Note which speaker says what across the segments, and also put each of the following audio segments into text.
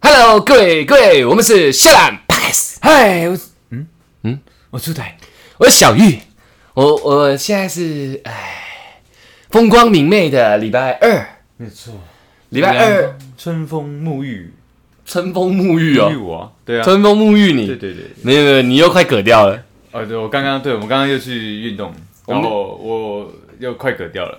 Speaker 1: 好，各位各位，我们是笑懒 p a s
Speaker 2: 嗨，我嗯嗯，我出台，
Speaker 1: 我哦是小玉，我我现在是哎，风光明媚的礼拜二，
Speaker 2: 没错，
Speaker 1: 礼拜二
Speaker 2: 春风沐浴，
Speaker 1: 春风沐浴
Speaker 2: 啊沐浴
Speaker 1: 哦，
Speaker 2: 我啊，对啊，
Speaker 1: 春风沐浴
Speaker 2: 对
Speaker 1: 你，
Speaker 2: 对对，
Speaker 1: 没有没有，你又快嗝掉了，
Speaker 2: 哦，对我刚刚对我们刚刚又去运动，
Speaker 1: 我们
Speaker 2: 然后我又快嗝掉了，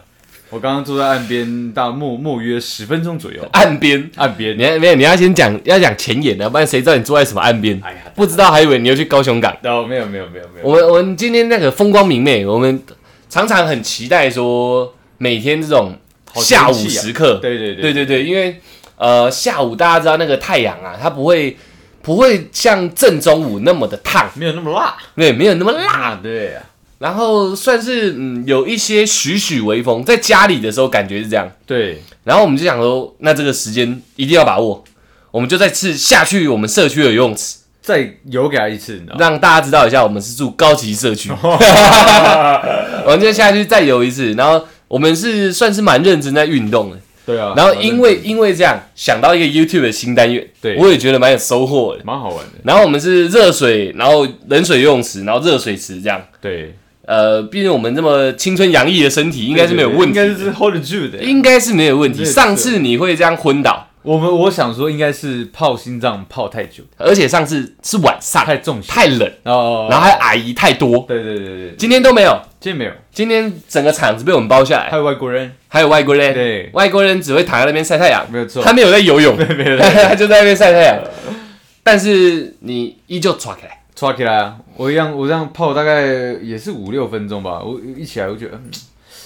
Speaker 2: 我刚刚坐在岸边，大默默约十分钟左右，
Speaker 1: 岸边。
Speaker 2: 岸边
Speaker 1: 你，要没有，你要先讲，要讲前言的，不然谁知道你坐在什么岸边？
Speaker 2: 哎呀
Speaker 1: 不知道还以为你又去高雄港。
Speaker 2: 然哦后没有没有没有没有，
Speaker 1: 我们我们今天那个风光明媚，我们常常很期待说每天这种
Speaker 2: 好天气啊
Speaker 1: 下午时刻，
Speaker 2: 对对
Speaker 1: 对对
Speaker 2: 对，
Speaker 1: 对，因为呃下午大家知道那个太阳啊，它不会不会像正中午那么的烫，
Speaker 2: 没有那么辣，
Speaker 1: 对，没有那么辣，
Speaker 2: 辣对啊，
Speaker 1: 然后算是嗯有一些徐徐微风，在家里的时候感觉是这样，
Speaker 2: 对，
Speaker 1: 然后我们就想说，那这个时间一定要把握，我们就再次下去我们社区的游泳池，
Speaker 2: 再游给他一次，你知道吗？
Speaker 1: 让大家知道一下我们是住高级社区，我们就下去再游一次，然后我们是算是蛮认真在运动的。
Speaker 2: 对啊，
Speaker 1: 然后因为因为这样想到一个 YouTube 的新单元，
Speaker 2: 对
Speaker 1: 我也觉得蛮有收获的。
Speaker 2: 蛮好玩的，
Speaker 1: 然后我们是热水，然后冷水游泳池，然后热水池这样。
Speaker 2: 对，
Speaker 1: 呃，毕竟我们这么青春洋溢的身体，应
Speaker 2: 应
Speaker 1: 该是没有问
Speaker 2: 应
Speaker 1: 题，
Speaker 2: 该是 hold 得住的，
Speaker 1: 应该是没有问题。
Speaker 2: 对
Speaker 1: 上次你会这样昏倒，
Speaker 2: 我们我想说应该是泡心脏泡太久，
Speaker 1: 而且上次是晚上，
Speaker 2: 太重血，
Speaker 1: 太冷，
Speaker 2: 哦，
Speaker 1: 然后还有阿姨太多，
Speaker 2: 对对对对，
Speaker 1: 今天都没有。
Speaker 2: 今天没有，
Speaker 1: 今天整个场子被我们包下来
Speaker 2: 还，有外国人，
Speaker 1: 还有外国人，
Speaker 2: 对
Speaker 1: 外国人只会躺在那边晒太阳，
Speaker 2: 没有错
Speaker 1: 他没有在游泳，
Speaker 2: 没有人
Speaker 1: 他就在那边晒太阳。但是你依旧抓起来，
Speaker 2: 抓起来啊！我一样，我这样泡大概也是五六分钟吧。我一起来，我觉得、嗯、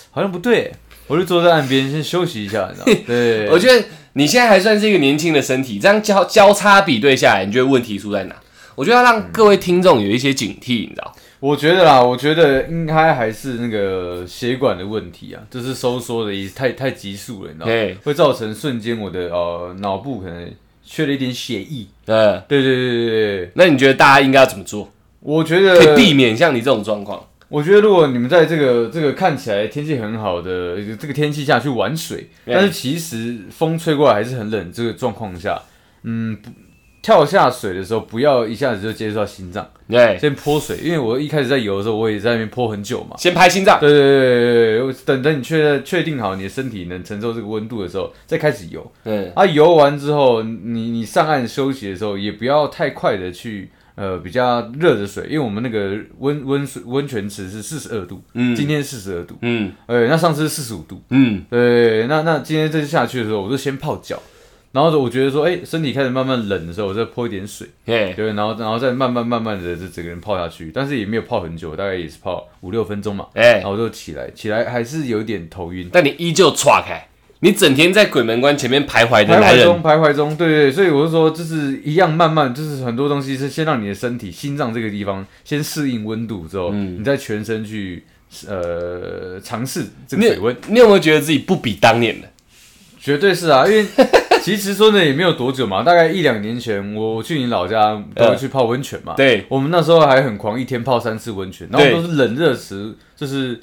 Speaker 2: 好像不对，我就坐在岸边先休息一下，你知道 吗？对，
Speaker 1: 我觉得你现在还算是一个年轻的身体，这样交交叉比对下来，你觉得问题出在哪？我觉得要让各位听众有一些警惕，你知道？
Speaker 2: 我觉得啦，我觉得应该还是那个血管的问题啊，就是收缩的意思，太太急速了，你知道
Speaker 1: 对
Speaker 2: 吗？会造成瞬间我的呃脑部可能缺了一点血液。
Speaker 1: 呃，
Speaker 2: 对对对对对对，
Speaker 1: 那你觉得大家应该要怎么做，
Speaker 2: 我觉
Speaker 1: 可以
Speaker 2: 得
Speaker 1: 避免像你这种状况？
Speaker 2: 我觉得如果你们在这个这个看起来天气很好的这个天气下去玩水，
Speaker 1: 对
Speaker 2: 但是其实风吹过来还是很冷，这个状况下，嗯，不跳下水的时候不要一下子就接触到心脏，
Speaker 1: 对，
Speaker 2: 先泼水，因为我一开始在游的时候，我也在那边泼很久嘛。
Speaker 1: 先拍心脏，
Speaker 2: 对对对对对对我等等你确确定好你的身体能承受这个温度的时候，再开始游。
Speaker 1: 嗯，
Speaker 2: 啊，游完之后，你你上岸休息的时候，也不要太快的去呃比较热的水，因为我们那个温温水温泉池是四十二度，
Speaker 1: 嗯
Speaker 2: 今天四十二度，
Speaker 1: 嗯
Speaker 2: 呃，那上次是四十五度，
Speaker 1: 嗯，
Speaker 2: 对，那那今天这次下去的时候，我就先泡脚，然后我觉得说，哎、身体开始慢慢冷的时候，我再泼一点水，
Speaker 1: 对，
Speaker 2: 对，然后然后再慢慢慢慢的这整个人泡下去，但是也没有泡很久，大概也是泡五六分钟嘛，
Speaker 1: 哎
Speaker 2: 然，后我就起来，起来还是有一点头晕，
Speaker 1: 但你依旧岔开，你整天在鬼门关前面徘徊的
Speaker 2: 徘
Speaker 1: 男
Speaker 2: 徊
Speaker 1: 人，
Speaker 2: 中，徘徊中，对对，对所以我就说，就是一样慢慢，就是很多东西是先让你的身体、心脏这个地方先适应温度之后，
Speaker 1: 嗯
Speaker 2: 你再全身去呃尝试这个
Speaker 1: 你
Speaker 2: 水温，
Speaker 1: 你有没有觉得自己不比当年了？
Speaker 2: 绝对是啊，因为 其实说呢也没有多久嘛，大概一两年前，我去你老家都会去泡温泉嘛，
Speaker 1: 对
Speaker 2: 我们那时候还很狂，一天泡三次温泉，然后
Speaker 1: 对
Speaker 2: 都是冷热池，就是。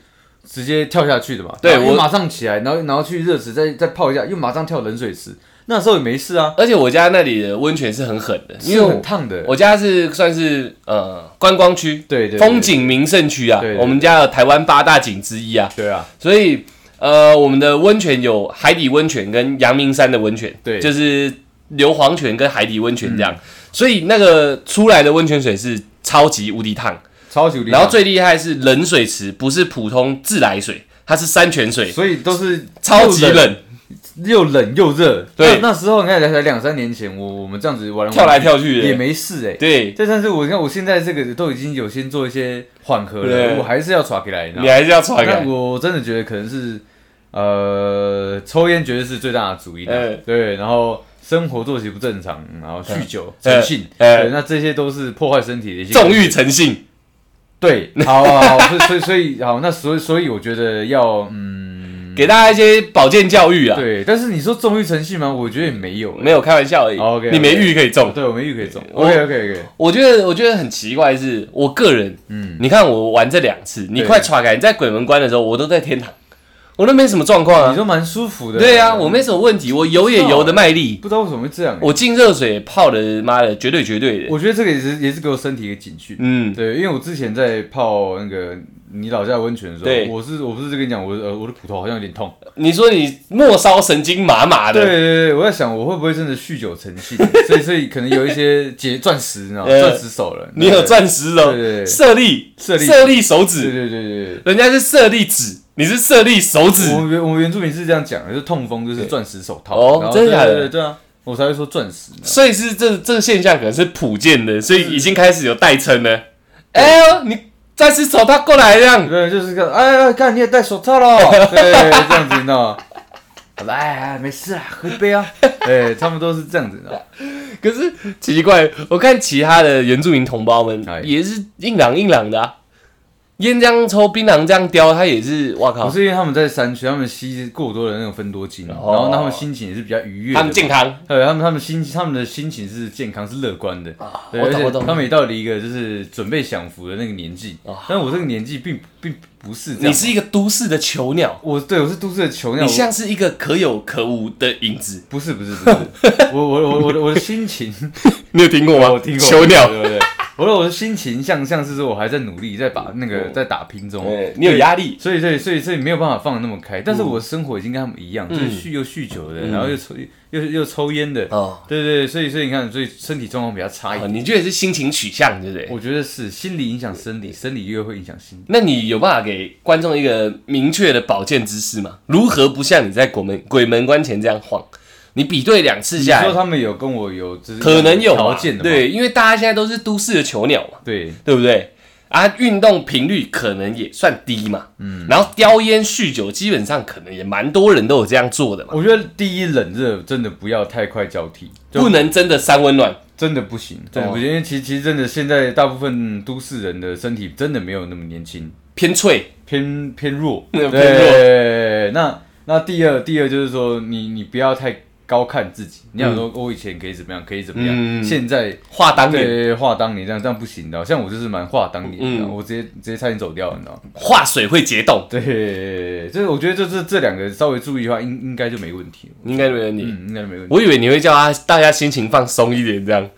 Speaker 2: 直接跳下去的嘛，
Speaker 1: 对
Speaker 2: 然后又
Speaker 1: 我
Speaker 2: 马上起来，然后然后去热池再再泡一下，又马上跳冷水池，那时候也没事啊，
Speaker 1: 而且我家那里的温泉是很狠的，因
Speaker 2: 因
Speaker 1: 为
Speaker 2: 为
Speaker 1: 我
Speaker 2: 很烫的，
Speaker 1: 我家是算是呃观光区，
Speaker 2: 对对对
Speaker 1: 风景名胜区啊
Speaker 2: 对对，对
Speaker 1: 我们家有台湾八大景之一啊，
Speaker 2: 对啊，
Speaker 1: 所以呃我们的温泉有海底温泉跟阳明山的温泉，
Speaker 2: 对嗯
Speaker 1: 就是硫磺泉跟海底温泉这样，所以那个出来的温泉水是超级无敌烫，
Speaker 2: 超级无敌
Speaker 1: 然
Speaker 2: 烫
Speaker 1: 后最厉害是冷水池，不是普通自来水，它是山泉水，
Speaker 2: 所以都是
Speaker 1: 超级冷，
Speaker 2: 又冷又热。
Speaker 1: 对
Speaker 2: 那那时候你看才才两三年前，我我们这样子玩玩
Speaker 1: 跳来跳去的，
Speaker 2: 也没事哎、
Speaker 1: 对，
Speaker 2: 但但是我你看我现在这个都已经有先做一些缓和
Speaker 1: 对
Speaker 2: 了，我还是要耍起来，你知道
Speaker 1: 你
Speaker 2: 吗？
Speaker 1: 还是要啊传
Speaker 2: 那
Speaker 1: 染。
Speaker 2: 我真的觉得可能是呃，抽烟绝对是最大的主因、啊
Speaker 1: 哎
Speaker 2: 对，然后。生活作息不正常，然后酗酒、
Speaker 1: 哎
Speaker 2: 成性，
Speaker 1: 哎
Speaker 2: 对，那这些都是破坏身体的一些
Speaker 1: 纵欲成性，
Speaker 2: 对，好啊，好啊，所以所以所以好，那所以所以我觉得要嗯，
Speaker 1: 给大家一些保健教育啊，
Speaker 2: 对，但是你说纵欲成性吗？我觉得也没有、欸。
Speaker 1: 没有开玩笑而已。
Speaker 2: 哦，OK，OK
Speaker 1: 你没欲可以
Speaker 2: 哦
Speaker 1: 中。
Speaker 2: 对，我们玉可以中。
Speaker 1: 我
Speaker 2: OK OK OK。
Speaker 1: 我觉得，我觉得很奇怪的是，我个人，嗯，你看我玩这两次，你
Speaker 2: 对
Speaker 1: 快传开，你在鬼门关的时候，我都在天堂，我都没什么状况
Speaker 2: 你
Speaker 1: 啊。
Speaker 2: 都蛮舒服的。
Speaker 1: 对啊，我没什么问题，我游也游的卖力，
Speaker 2: 不知道为什么会这样欸、
Speaker 1: 我进热水泡的，妈的，绝对绝对的。
Speaker 2: 我觉得这个也是也是给我身体一个警讯。
Speaker 1: 嗯，
Speaker 2: 对，因为我之前在泡那个你老家的温泉的时
Speaker 1: 对
Speaker 2: 候，我是我不是跟你讲，我的呃我的骨头好像有点痛。
Speaker 1: 你说你末梢神经麻麻
Speaker 2: 对
Speaker 1: 的，
Speaker 2: 对对，我在想我会不会真的酗酒成 性，所以所以可能有一些结钻石，你知道吗
Speaker 1: 呃
Speaker 2: 钻石手了。
Speaker 1: 你有
Speaker 2: 钻？
Speaker 1: 钻石了
Speaker 2: 对对，对
Speaker 1: 射力
Speaker 2: 射力
Speaker 1: 射力手
Speaker 2: 对
Speaker 1: 指，
Speaker 2: 对对对对。
Speaker 1: 人家是射力指，你是射力手指
Speaker 2: 我。们原我们原住民是这样讲的，就是痛风就是钻石手套。
Speaker 1: 哦
Speaker 2: 然后
Speaker 1: 真的假的
Speaker 2: 对对对对啊，我才会说钻石。
Speaker 1: 所以是这这个现象可能是普遍的，所以已经开始有代称了。哎呦，你再次手套过来这样，
Speaker 2: 对，就是个哎哎，看你也戴手套 了，对，这样子你知道吗？好吧哎哎，没事啦，喝一杯 啊。对，他们都是这样子的。
Speaker 1: 可是奇怪，我看其他的原住民同胞们
Speaker 2: 哎
Speaker 1: 也是硬朗硬朗的、啊，烟这样抽，槟榔这样叼，他也是，哇
Speaker 2: 不
Speaker 1: 靠，
Speaker 2: 哦是因为他们在山区，他们吸过多的那种分多精，然后他们心情也是比较愉悦
Speaker 1: 哦
Speaker 2: 的。
Speaker 1: 他们健康，
Speaker 2: 对，他们他们心他们的心情是健康是乐观的，对，
Speaker 1: 啊我
Speaker 2: 而
Speaker 1: 懂
Speaker 2: 且
Speaker 1: 我懂
Speaker 2: 他们也到了一个就是准备享福的那个年纪
Speaker 1: 哦，
Speaker 2: 但我这个年纪并并不是这
Speaker 1: 你
Speaker 2: 样。
Speaker 1: 是一个都市的囚鸟，
Speaker 2: 我对我是都市的囚鸟，
Speaker 1: 你
Speaker 2: 我
Speaker 1: 像是一个可有可无的影子，
Speaker 2: 不是不是不是，我我我我的我的心情，
Speaker 1: 你有听过吗？
Speaker 2: 我 听过
Speaker 1: 囚鸟，
Speaker 2: 对不对？ 我的我的心情像像是说我还在努力，在把那个在打拼中，
Speaker 1: 哎嗯你有压力，嗯
Speaker 2: 所以所以所以所以没有办法放的那么开，但是我的生活已经跟他们一样，就是酗又酗酒的，然后又抽又又抽烟的，
Speaker 1: 哦
Speaker 2: 对对对，所以所以你看，所以身体状况比较差一
Speaker 1: 啊
Speaker 2: 点。
Speaker 1: 你觉得是心情取向，对不对？
Speaker 2: 我觉得是心理影响生理，生理越会影响心理。
Speaker 1: 那你有办法给观众一个明确的保健知识吗？如何不像你在鬼门鬼门关前这样晃？你比对两次
Speaker 2: 你
Speaker 1: 下
Speaker 2: 说
Speaker 1: 来，
Speaker 2: 他们有跟我有就是
Speaker 1: 可能有
Speaker 2: 条
Speaker 1: 嘛
Speaker 2: 件的吗？
Speaker 1: 对，因为大家现在都是都市的囚鸟嘛，
Speaker 2: 对，
Speaker 1: 对不对？啊，运动频率可能也算低嘛，嗯，然后叼烟酗酒，基本上可能也蛮多人都有这样做的嘛，
Speaker 2: 我觉得第一冷热真的不要太快交替，就
Speaker 1: 不能真的三温暖，
Speaker 2: 真的不
Speaker 1: 哦
Speaker 2: 行，真的不行，因为其其实真的现在大部分都市人的身体真的没有那么年轻，
Speaker 1: 偏脆，
Speaker 2: 偏偏弱，
Speaker 1: 嗯偏弱
Speaker 2: 对，那那第二第二就是说你你不要太高看自己，你想说我以前可以怎么样，可以怎么样，
Speaker 1: 嗯
Speaker 2: 现在
Speaker 1: 话当年，
Speaker 2: 对，话当年这样这样不行的，像我就是蛮话当年的，
Speaker 1: 嗯
Speaker 2: 我直接直接差点走掉，你知道吗？
Speaker 1: 化水会结冻，
Speaker 2: 对，就是我觉得这这这两个稍微注意的话，应应该就没问题了，
Speaker 1: 应该没问题。
Speaker 2: 嗯，应该就没问题。
Speaker 1: 我以为你会叫他大家心情放松一点，这样，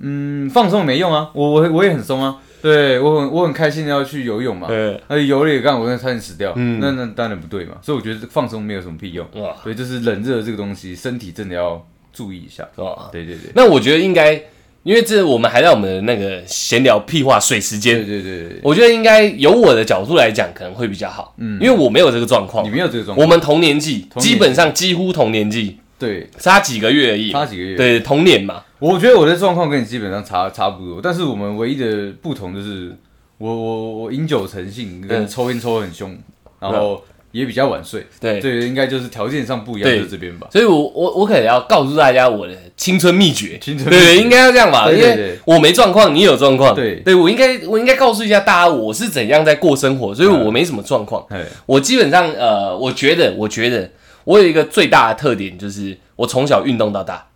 Speaker 2: 嗯，放松没用啊，我我我也很松啊，对我很我很开心的要去游泳嘛，
Speaker 1: 呃，
Speaker 2: 而且游了也干，我那差点死掉，那那当然不对嘛，所以我觉得放松没有什么屁用，
Speaker 1: 嗯哇，
Speaker 2: 对，就是冷热这个东西，身体真的要注意一下，
Speaker 1: 哦，
Speaker 2: 对对对，
Speaker 1: 那我觉得应该，因为这我们还在我们的那个闲聊屁话水时
Speaker 2: 对
Speaker 1: 间，
Speaker 2: 对对对，
Speaker 1: 我觉得应该由我的角度来讲可能会比较好，嗯，因为我没有这个状况啊
Speaker 2: 你，没有这个状
Speaker 1: 我
Speaker 2: 况，
Speaker 1: 们同年纪，
Speaker 2: 同年纪
Speaker 1: 基本上几乎同年纪，
Speaker 2: 对，
Speaker 1: 差几个月而已，
Speaker 2: 差几个月，
Speaker 1: 对，同年嘛，
Speaker 2: 我觉得我的状况跟你基本上差差不多，但是我们唯一的不同就是我我我饮酒成性，跟
Speaker 1: 嗯
Speaker 2: 抽烟抽得很凶，然后也比较晚睡，
Speaker 1: 对，
Speaker 2: 对，应该就是条件上不一样，
Speaker 1: 对
Speaker 2: 就是这边吧。
Speaker 1: 所以我我我可能要告诉大家我的青春秘诀，
Speaker 2: 青春秘诀
Speaker 1: 对，应该要这样吧，
Speaker 2: 对
Speaker 1: 因
Speaker 2: 对
Speaker 1: 为我没状况，你有状况，
Speaker 2: 对
Speaker 1: 对我应该我应该告诉一下大家我是怎样在过生活，所以
Speaker 2: 嗯
Speaker 1: 我没什么状况。
Speaker 2: 哎，
Speaker 1: 我基本上呃，我觉得，我觉得我有一个最大的特点就是我从小运动到大，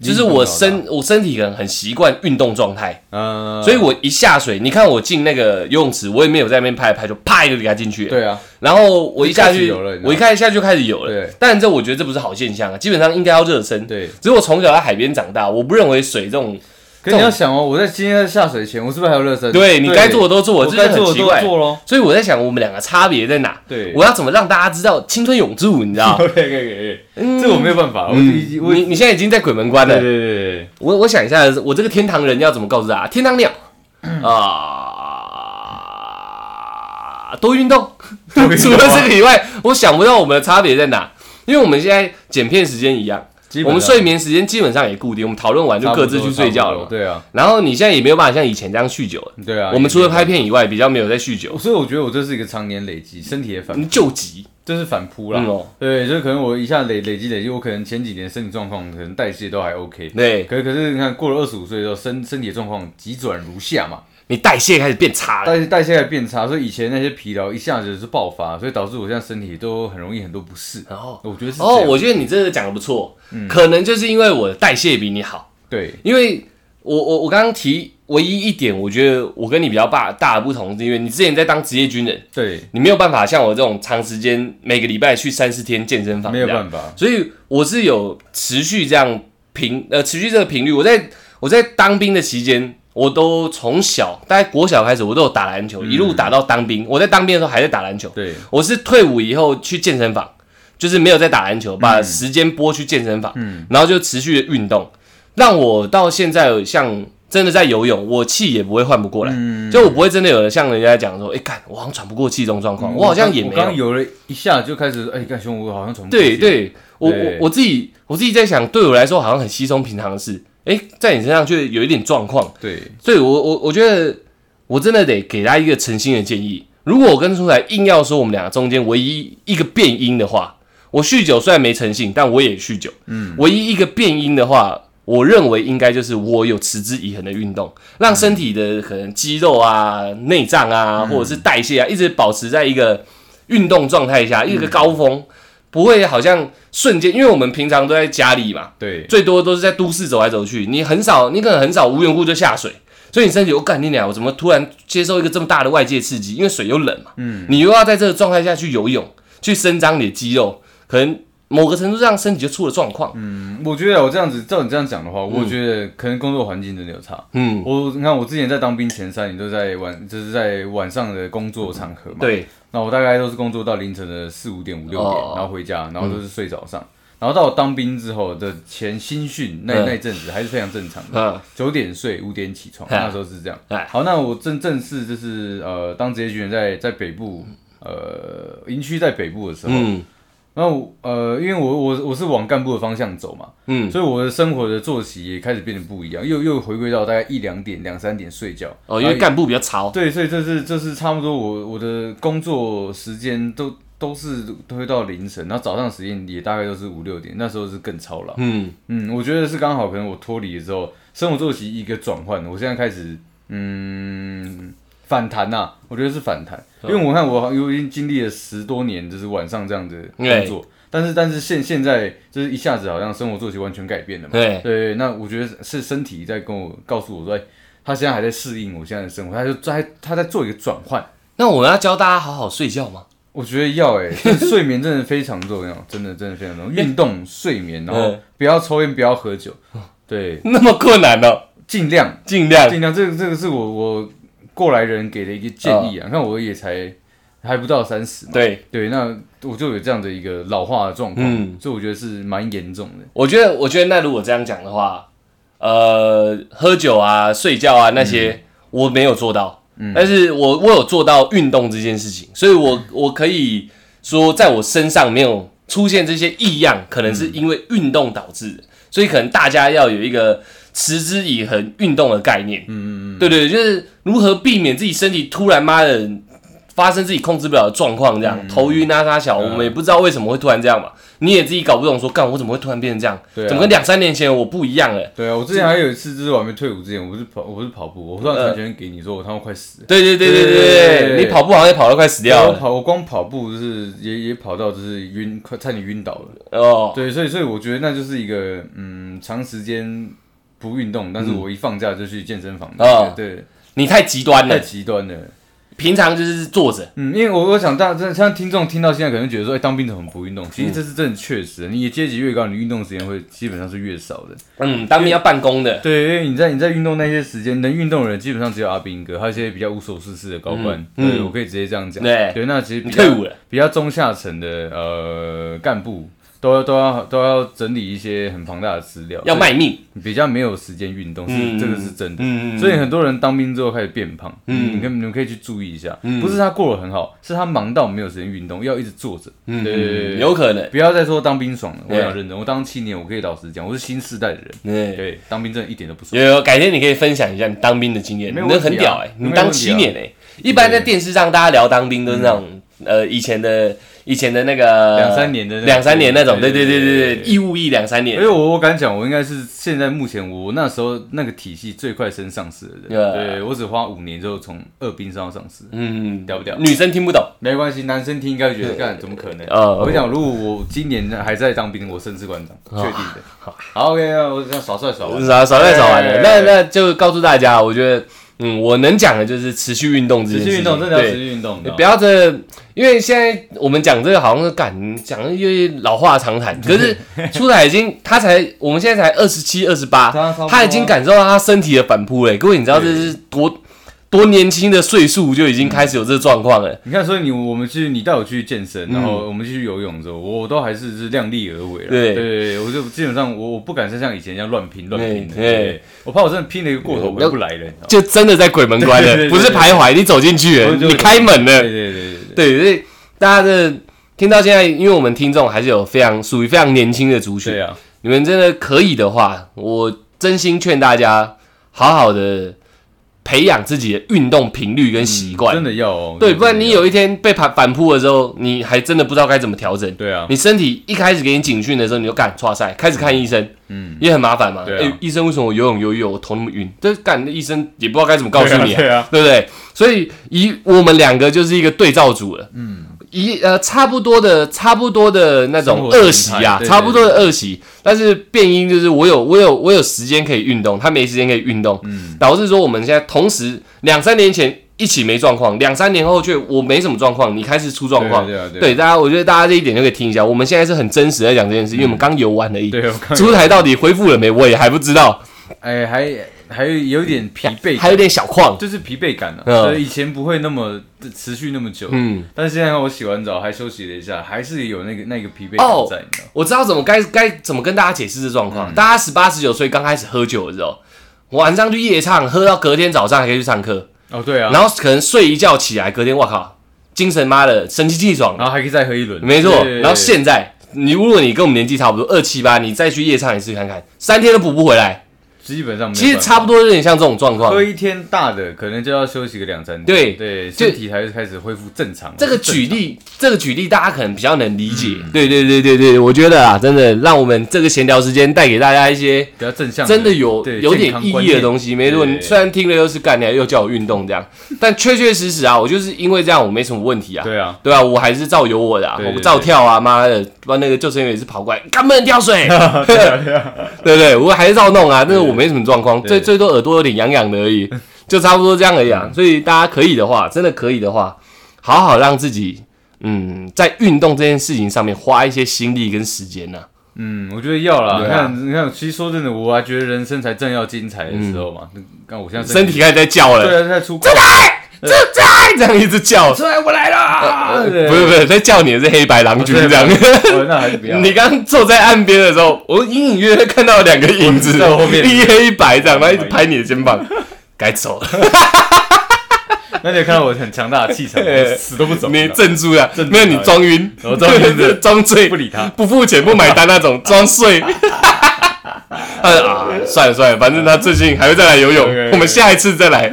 Speaker 1: 就是我身我身体可能很习惯运动状态，
Speaker 2: 呃，
Speaker 1: 所以我一下水，你看我进那个游泳池，我也没有在那边拍来拍，就啪一个给它进去。
Speaker 2: 对啊，
Speaker 1: 然后我一下
Speaker 2: 就开始
Speaker 1: 去
Speaker 2: 游了你知，道
Speaker 1: 我一开始下去就开始游了
Speaker 2: 对。
Speaker 1: 但这我觉得这不是好现象啊，基本上应该要热身。
Speaker 2: 对。
Speaker 1: 只是我从小在海边长大，我不认为水这种，
Speaker 2: 可是你要想哦，我在今天在下水前，我是不是还有热身？
Speaker 1: 对你该做的
Speaker 2: 都
Speaker 1: 都做，
Speaker 2: 我
Speaker 1: 这
Speaker 2: 该
Speaker 1: 是很
Speaker 2: 做的
Speaker 1: 奇
Speaker 2: 都
Speaker 1: 怪。
Speaker 2: 做喽。
Speaker 1: 所以我在想，我们两个差别在哪？
Speaker 2: 对
Speaker 1: 我要怎么让大家知道青春永驻？你知道？
Speaker 2: OK OK OK，这我没有办法，我
Speaker 1: 嗯
Speaker 2: 已 我
Speaker 1: 你你现在已经在鬼门关
Speaker 2: 对对
Speaker 1: 了。
Speaker 2: 对
Speaker 1: 我我想一下，我这个天堂人要怎么告诉大家？天堂鸟
Speaker 2: 嗯
Speaker 1: 啊，多运 动。
Speaker 2: 对 对，
Speaker 1: 除了这个以外，我想不到我们的差别在哪，因为我们现在剪片时间一样，
Speaker 2: 基本上
Speaker 1: 我们睡眠时间基本上也固定，我们讨论完就
Speaker 2: 差不
Speaker 1: 各
Speaker 2: 多
Speaker 1: 自去睡觉
Speaker 2: 差
Speaker 1: 了
Speaker 2: 不多
Speaker 1: 嘛。
Speaker 2: 对啊，
Speaker 1: 然后你现在也没有办法像以前这样酗酒了。
Speaker 2: 对啊。
Speaker 1: 我们除了
Speaker 2: 也
Speaker 1: 拍片以外，比较没有在酗酒，
Speaker 2: 所以我觉得我这是一个常年累积，身体也反，
Speaker 1: 嗯救急。
Speaker 2: 就是反扑
Speaker 1: 嗯
Speaker 2: 啦。
Speaker 1: 哦，
Speaker 2: 对，就是可能我一下累累积累积，我可能前几年身体状况可能代谢都还 OK，
Speaker 1: 对
Speaker 2: 可可是你看过了二十五岁之后，身身体的状况急转如下嘛，
Speaker 1: 你代谢开始变差了。
Speaker 2: 代代谢还变差，所以以前那些疲劳一下子就爆发，所以导致我现在身体都很容易很多不适。
Speaker 1: 然后
Speaker 2: 我觉得是
Speaker 1: 哦，
Speaker 2: 这样嗯
Speaker 1: 我觉得你这个讲的不错，可能就是因为我的代谢比你好，
Speaker 2: 对
Speaker 1: 因为我我我刚刚提唯一一点，我觉得我跟你比较大大的不同，是因为你之前在当职业军人，
Speaker 2: 对，
Speaker 1: 你没有办法像我这种长时间每个礼拜去三四天健身房
Speaker 2: 没
Speaker 1: 这样，
Speaker 2: 有办法，
Speaker 1: 所以我是有持续这样频呃持续这个频率。我在我在当兵的期间，我都从小大概国小开始，我都有打篮球，
Speaker 2: 嗯
Speaker 1: 一路打到当兵。我在当兵的时候还在打篮球，
Speaker 2: 对，
Speaker 1: 我是退伍以后去健身房，就是没有在打篮球，
Speaker 2: 嗯
Speaker 1: 把时间拨去健身房，然后就持续的运动，让我到现在像真的在游泳，我气也不会换不过来，
Speaker 2: 嗯
Speaker 1: 就我不会真的有像人家讲说，哎、干，我好像喘不过气这种状嗯况，我好像也
Speaker 2: 嗯我
Speaker 1: 没
Speaker 2: 刚
Speaker 1: 有
Speaker 2: 刚。有了一下就开始，哎，干兄，我好像从
Speaker 1: 对，对，我我
Speaker 2: 对
Speaker 1: 我自己我自己在想，对我来说好像很稀松平常的事，哎，在你身上却有一点状况，
Speaker 2: 对，
Speaker 1: 所以我我我觉得我真的得给他一个诚心的建议。如果我跟出来硬要说我们两个中间唯一一个变音的话，我酗酒虽然没诚信，但我也酗酒。嗯，唯一一个变音的话，我认为应该就是我有持之以恒的运动，让身体的可能肌肉啊、内脏啊，或者是代谢啊，一直保持在一个运动状态下，一个高峰，不会好像瞬间，因为我们平常都在家里嘛，
Speaker 2: 对，
Speaker 1: 最多都是在都市走来走去，你很少，你可能很少无缘无故就下水，所以你身体我干你俩，我怎么突然接受一个这么大的外界刺激？因为水又冷嘛，嗯，你又要在这个状态下去游泳，去伸张你的肌肉，可能某个程度上身体就出了状况，嗯
Speaker 2: 我觉得我这样子，照你这样讲的话，我觉得可能工作环境真的有差。
Speaker 1: 嗯
Speaker 2: 我你看，我之前在当兵前三年都在晚，就是在晚上的工作场合嘛。
Speaker 1: 对，
Speaker 2: 那我大概都是工作到凌晨的四五点五六点，
Speaker 1: 哦
Speaker 2: 然后回家，然后都是睡早上。然后到我当兵之后的前新训那
Speaker 1: 嗯
Speaker 2: 那一阵子还是非常正常的，
Speaker 1: 嗯
Speaker 2: 九点睡，五点起床，
Speaker 1: 哎
Speaker 2: 那时候是这样
Speaker 1: 哎。
Speaker 2: 好，那我正正式就是呃，当职业军人在在北部，呃，营区在北部的时候，
Speaker 1: 嗯
Speaker 2: 那我呃，因为我我我是往干部的方向走嘛，
Speaker 1: 嗯，
Speaker 2: 所以我的生活的作息也开始变得不一样，又又回归到大概一两点、两三点睡觉。
Speaker 1: 哦，因为干部比较潮，
Speaker 2: 对，所以这是这是差不多我我的工作时间都都是推到凌晨，然后早上时间也大概都是五六点，那时候是更操劳。
Speaker 1: 嗯
Speaker 2: 嗯，我觉得是刚好，可能我脱离了之后，生活作息一个转换，我现在开始嗯反弹呐、我觉得是反弹，因为我看我好像已经经历了十多年，就是晚上这样的工作，但是但是现现在就是一下子好像生活作息完全改变了嘛，
Speaker 1: 对
Speaker 2: 对，那我觉得是身体在跟我告诉我说，哎，他现在还在适应我现在的生活，他就在他在做一个转换。
Speaker 1: 那我要教大家好好睡觉吗？
Speaker 2: 我觉得要哎、欸，睡眠真的非常重要，真的真的非常重要。运动、睡眠，然后
Speaker 1: 嗯
Speaker 2: 不要抽烟，不要喝酒，对，
Speaker 1: 那么困难呢、
Speaker 2: 尽量
Speaker 1: 尽量
Speaker 2: 尽量。这个这个是我我过来人给的一个建议啊。你看我也才还不到三十嘛，
Speaker 1: 对。
Speaker 2: 对，那我就有这样的一个老化的状况，
Speaker 1: 嗯
Speaker 2: 所以我觉得是蛮严重的。
Speaker 1: 我觉得，我觉得那如果这样讲的话，呃，喝酒啊、睡觉啊那些，我没有做到，但是我我有做到运动这件事情，所以我我可以说，在我身上没有出现这些异样，可能是因为运动导致的，所以可能大家要有一个持之以恒运动的概念，嗯嗯嗯，对对，就是如何避免自己身体突然妈的。发生自己控制不了的状况，这样、头晕啊、啥小，我们也不知道为什么会突然这样嘛。你也自己搞不懂说干我怎么会突然变成这样？
Speaker 2: 对啊
Speaker 1: 怎么跟两三年前我不一样了？
Speaker 2: 对啊，我之前还有一次就是我还没退伍之前，我不是跑，我不是跑步，我突然
Speaker 1: 呃
Speaker 2: 传讯给你说我他妈快死了。
Speaker 1: 对对对对
Speaker 2: 对
Speaker 1: 对对，你跑步好像也跑到快死掉
Speaker 2: 我
Speaker 1: 了
Speaker 2: 跑，我光跑步就是也也跑到就是晕，快差点晕倒了。
Speaker 1: 哦。
Speaker 2: 对，所以所以我觉得那就是一个嗯，长时间不运动，但是
Speaker 1: 嗯
Speaker 2: 我一放假就去健身房，
Speaker 1: 哦
Speaker 2: 对，
Speaker 1: 你太极端
Speaker 2: 太
Speaker 1: 了，
Speaker 2: 极端了。
Speaker 1: 平常就是坐着，
Speaker 2: 嗯，因为我我想大家像听众听到现在可能觉得说，哎、当兵怎么不运动？
Speaker 1: 嗯
Speaker 2: 其实这是真的确实的，你阶级越高，你运动时间会基本上是越少的。
Speaker 1: 嗯，当兵要办公的，
Speaker 2: 对，因为你在你在运动那些时间，能运动的人基本上只有阿兵哥，还有一些比较无所事事的高官。
Speaker 1: 嗯
Speaker 2: 对，
Speaker 1: 嗯
Speaker 2: 我可以直接这样讲。
Speaker 1: 对
Speaker 2: 对，那其实
Speaker 1: 你
Speaker 2: 比较
Speaker 1: 退伍了，
Speaker 2: 比较中下层的呃干部，都要都要都要整理一些很庞大的资料，
Speaker 1: 要卖命，
Speaker 2: 比较没有时间运动，是、
Speaker 1: 嗯
Speaker 2: 这个是真的。
Speaker 1: 嗯，
Speaker 2: 所以
Speaker 1: 嗯
Speaker 2: 很多人当兵之后开始变胖，嗯，你跟你们可以去注意一下，不是他过得很好，是他忙到没有时间运动，要一直坐着。
Speaker 1: 嗯
Speaker 2: 对对对
Speaker 1: 嗯有可能，
Speaker 2: 不要再说当兵爽了，我
Speaker 1: 对
Speaker 2: 想认真，我当七年，我可以老实讲，我是新时代的人，
Speaker 1: 对，
Speaker 2: 对，当兵真的一点都不爽。
Speaker 1: 有有，改天你可以分享一下你当兵的经验，
Speaker 2: 没有
Speaker 1: 你那
Speaker 2: 问题
Speaker 1: 很
Speaker 2: 啊
Speaker 1: 屌哎、
Speaker 2: 没有
Speaker 1: 你当
Speaker 2: 问题啊
Speaker 1: 七年哎、一般在电视上大家聊当兵都是那种呃以前的以前的那个
Speaker 2: 嗯两三年的那种
Speaker 1: 两三年那种，对
Speaker 2: 对
Speaker 1: 对
Speaker 2: 对
Speaker 1: 对对
Speaker 2: 对
Speaker 1: 对，
Speaker 2: 对
Speaker 1: 义务役两三年
Speaker 2: 而且，哎我我敢讲，我应该是现在目前我那时候那个体系最快升上市的人。
Speaker 1: Yeah
Speaker 2: 对我只花五年之后从二兵升到上市，
Speaker 1: 嗯，
Speaker 2: 屌不屌
Speaker 1: 女生听不懂，
Speaker 2: 没关系，男生听应该会觉得干怎么可能？
Speaker 1: 呃
Speaker 2: 我跟你讲，如果我今年还在当兵，我升至馆长，确定的。好，OK，那我这样耍帅耍完。
Speaker 1: 少少在少玩的。
Speaker 2: 对
Speaker 1: 那那就告诉大家，我觉得，嗯，我能讲的就是持续运动这件事
Speaker 2: 持
Speaker 1: 情，
Speaker 2: 续运动，真的要
Speaker 1: 对
Speaker 2: 持续运动。
Speaker 1: 你
Speaker 2: 你知道吗
Speaker 1: 不要这，因为现在我们讲这个好像是感讲的有点老话常谈，可 是出来已经他才我们现在才二十七、二十八
Speaker 2: 差不多，啊
Speaker 1: 他已经感受到他身体的反扑了。各位，你知道这是多多年轻的岁数就已
Speaker 2: 嗯
Speaker 1: 经开始有这状况了？
Speaker 2: 你看，所以你我们去，你带我去健身，然后我们去游泳的时候，我都还是是量力而为啦。
Speaker 1: 嗯对
Speaker 2: 对，我就基本上我我不敢再像以前一样乱拼乱拼的，
Speaker 1: 对对
Speaker 2: 对我怕我真的拼了一个过头
Speaker 1: 对
Speaker 2: 回不来了。你知道吗
Speaker 1: 就真的在鬼门关
Speaker 2: 对
Speaker 1: 了，
Speaker 2: 对对
Speaker 1: 不是徘徊，你走进去了，
Speaker 2: 对对
Speaker 1: 你
Speaker 2: 对
Speaker 1: 开门了
Speaker 2: 对。对对对对，
Speaker 1: 对，所以大家的听到现在，因为我们听众还是有非常属于非常年轻的族群
Speaker 2: 对，啊，
Speaker 1: 你们真的可以的话，我真心劝大家好好的培养自己的运动频率跟习惯。
Speaker 2: 真的要哦。
Speaker 1: 对，
Speaker 2: 真的
Speaker 1: 不然你
Speaker 2: 要
Speaker 1: 有一天被反反扑的时候，你还真的不知道该怎么调整。
Speaker 2: 对啊，
Speaker 1: 你身体一开始给你警讯的时候，你就干刷塞，开始看医生，
Speaker 2: 嗯，
Speaker 1: 也很麻烦嘛。
Speaker 2: 对啊
Speaker 1: 诶医生为什么我游泳游一游我头那么晕？这干那医生也不知道该怎么告诉你、
Speaker 2: 对啊对啊
Speaker 1: 对不对？所以以我们两个就是一个对照组了，嗯，一呃差不多的差不多的那种
Speaker 2: 生活形态
Speaker 1: 恶习啊，
Speaker 2: 对对
Speaker 1: 差不多的恶习，但是变因就是我有我有我有时间可以运动，他没时间可以运动，
Speaker 2: 嗯，
Speaker 1: 导致说我们现在同时两三年前一起没状况，两三年后却我没什么状况，你开始出状
Speaker 2: 对啊
Speaker 1: 况。
Speaker 2: 对啊对啊
Speaker 1: 对大家，我觉得大家这一点就可以听一下。我们现在是很真实在讲这件事，因为我们刚游完而已。
Speaker 2: 嗯对，我看
Speaker 1: 出台到底恢复了没，我也还不知道，
Speaker 2: 哎，还还有点疲惫，
Speaker 1: 还有点小旷。
Speaker 2: 就是疲惫感啊。
Speaker 1: 嗯
Speaker 2: 所以以前不会那么持续那么久，
Speaker 1: 嗯，
Speaker 2: 但是现在我洗完澡还休息了一下，还是有那个那个疲惫感
Speaker 1: 哦
Speaker 2: 在，你知道吗。
Speaker 1: 我知道怎么该该怎么跟大家解释这状
Speaker 2: 嗯
Speaker 1: 况。大家十八十九岁刚开始喝酒的时候，晚上去夜唱，喝到隔天早上还可以去上课，
Speaker 2: 哦，对啊，
Speaker 1: 然后可能睡一觉起来，隔天我靠，精神妈的神清气爽，
Speaker 2: 然后还可以再喝一轮，
Speaker 1: 没错。
Speaker 2: 对
Speaker 1: 然后现在你如果你跟我们年纪差不多二七八，你再去夜唱一次看看，三天都补不回来。
Speaker 2: 基本上没有
Speaker 1: 其实
Speaker 2: 办法
Speaker 1: 差不多有点像这种状况
Speaker 2: 喝。一天大的，可能就要休息个两三天，
Speaker 1: 对
Speaker 2: 对，
Speaker 1: 就
Speaker 2: 身体才会开始恢复正常。
Speaker 1: 这个举例， 这个举例大家可能比较能理解。
Speaker 2: 嗯
Speaker 1: 对对对对对，我觉得啊，真的让我们这个闲聊时间带给大家一些
Speaker 2: 比较正向，
Speaker 1: 真的有
Speaker 2: 对
Speaker 1: 有点意义的东
Speaker 2: 西。
Speaker 1: 西。没错，
Speaker 2: 对
Speaker 1: 你虽然听了又是干掉，又叫我运动这样，但确确实实啊，我就是因为这样，我没什么问题啊。
Speaker 2: 对啊，
Speaker 1: 对啊，我还是照游我的、啊，
Speaker 2: 对对对
Speaker 1: 我照跳啊，妈的，不然那个救生员也是跑过来，干不能跳 水，对不对？我还是照弄啊，那个我没什么状况，
Speaker 2: 对
Speaker 1: 最最多耳朵有点痒痒的而 已，就差不多这样而已
Speaker 2: 嗯
Speaker 1: 啊。所以大家可以的话，真的可以的话，好好让自己，嗯，在运动这件事情上面花一些心力跟时间啊呐、
Speaker 2: 嗯，我觉得要啦。
Speaker 1: 对
Speaker 2: 你
Speaker 1: 啊
Speaker 2: 看，你看，其实说真的，我还觉得人生才正要精彩的时候嘛。看我现在
Speaker 1: 身体开始在叫
Speaker 2: 对
Speaker 1: 了，
Speaker 2: 啊，在出国，
Speaker 1: 这这这样一直叫，呃
Speaker 2: 出来我来啦！
Speaker 1: 不
Speaker 2: 对
Speaker 1: 是不是，在叫你的是黑白郎君这样。
Speaker 2: 哦那还是不要。
Speaker 1: 你刚坐在岸边的时候，我隐隐约约看到两个影子
Speaker 2: 在我后面
Speaker 1: 一黑一白这样，然后一直拍你的肩膀，该走了，
Speaker 2: 那你有看到我很强大的 气场，我死都不走。
Speaker 1: 你
Speaker 2: 知道吗
Speaker 1: 镇住了，
Speaker 2: 镇住
Speaker 1: 没有你装晕，
Speaker 2: 我装晕的
Speaker 1: 装醉，
Speaker 2: 不理他
Speaker 1: 不付钱不买单那 种，装睡。他说啊，算了算了，反正他最近还会再来游泳
Speaker 2: OK，OK，
Speaker 1: 我们下一次再来。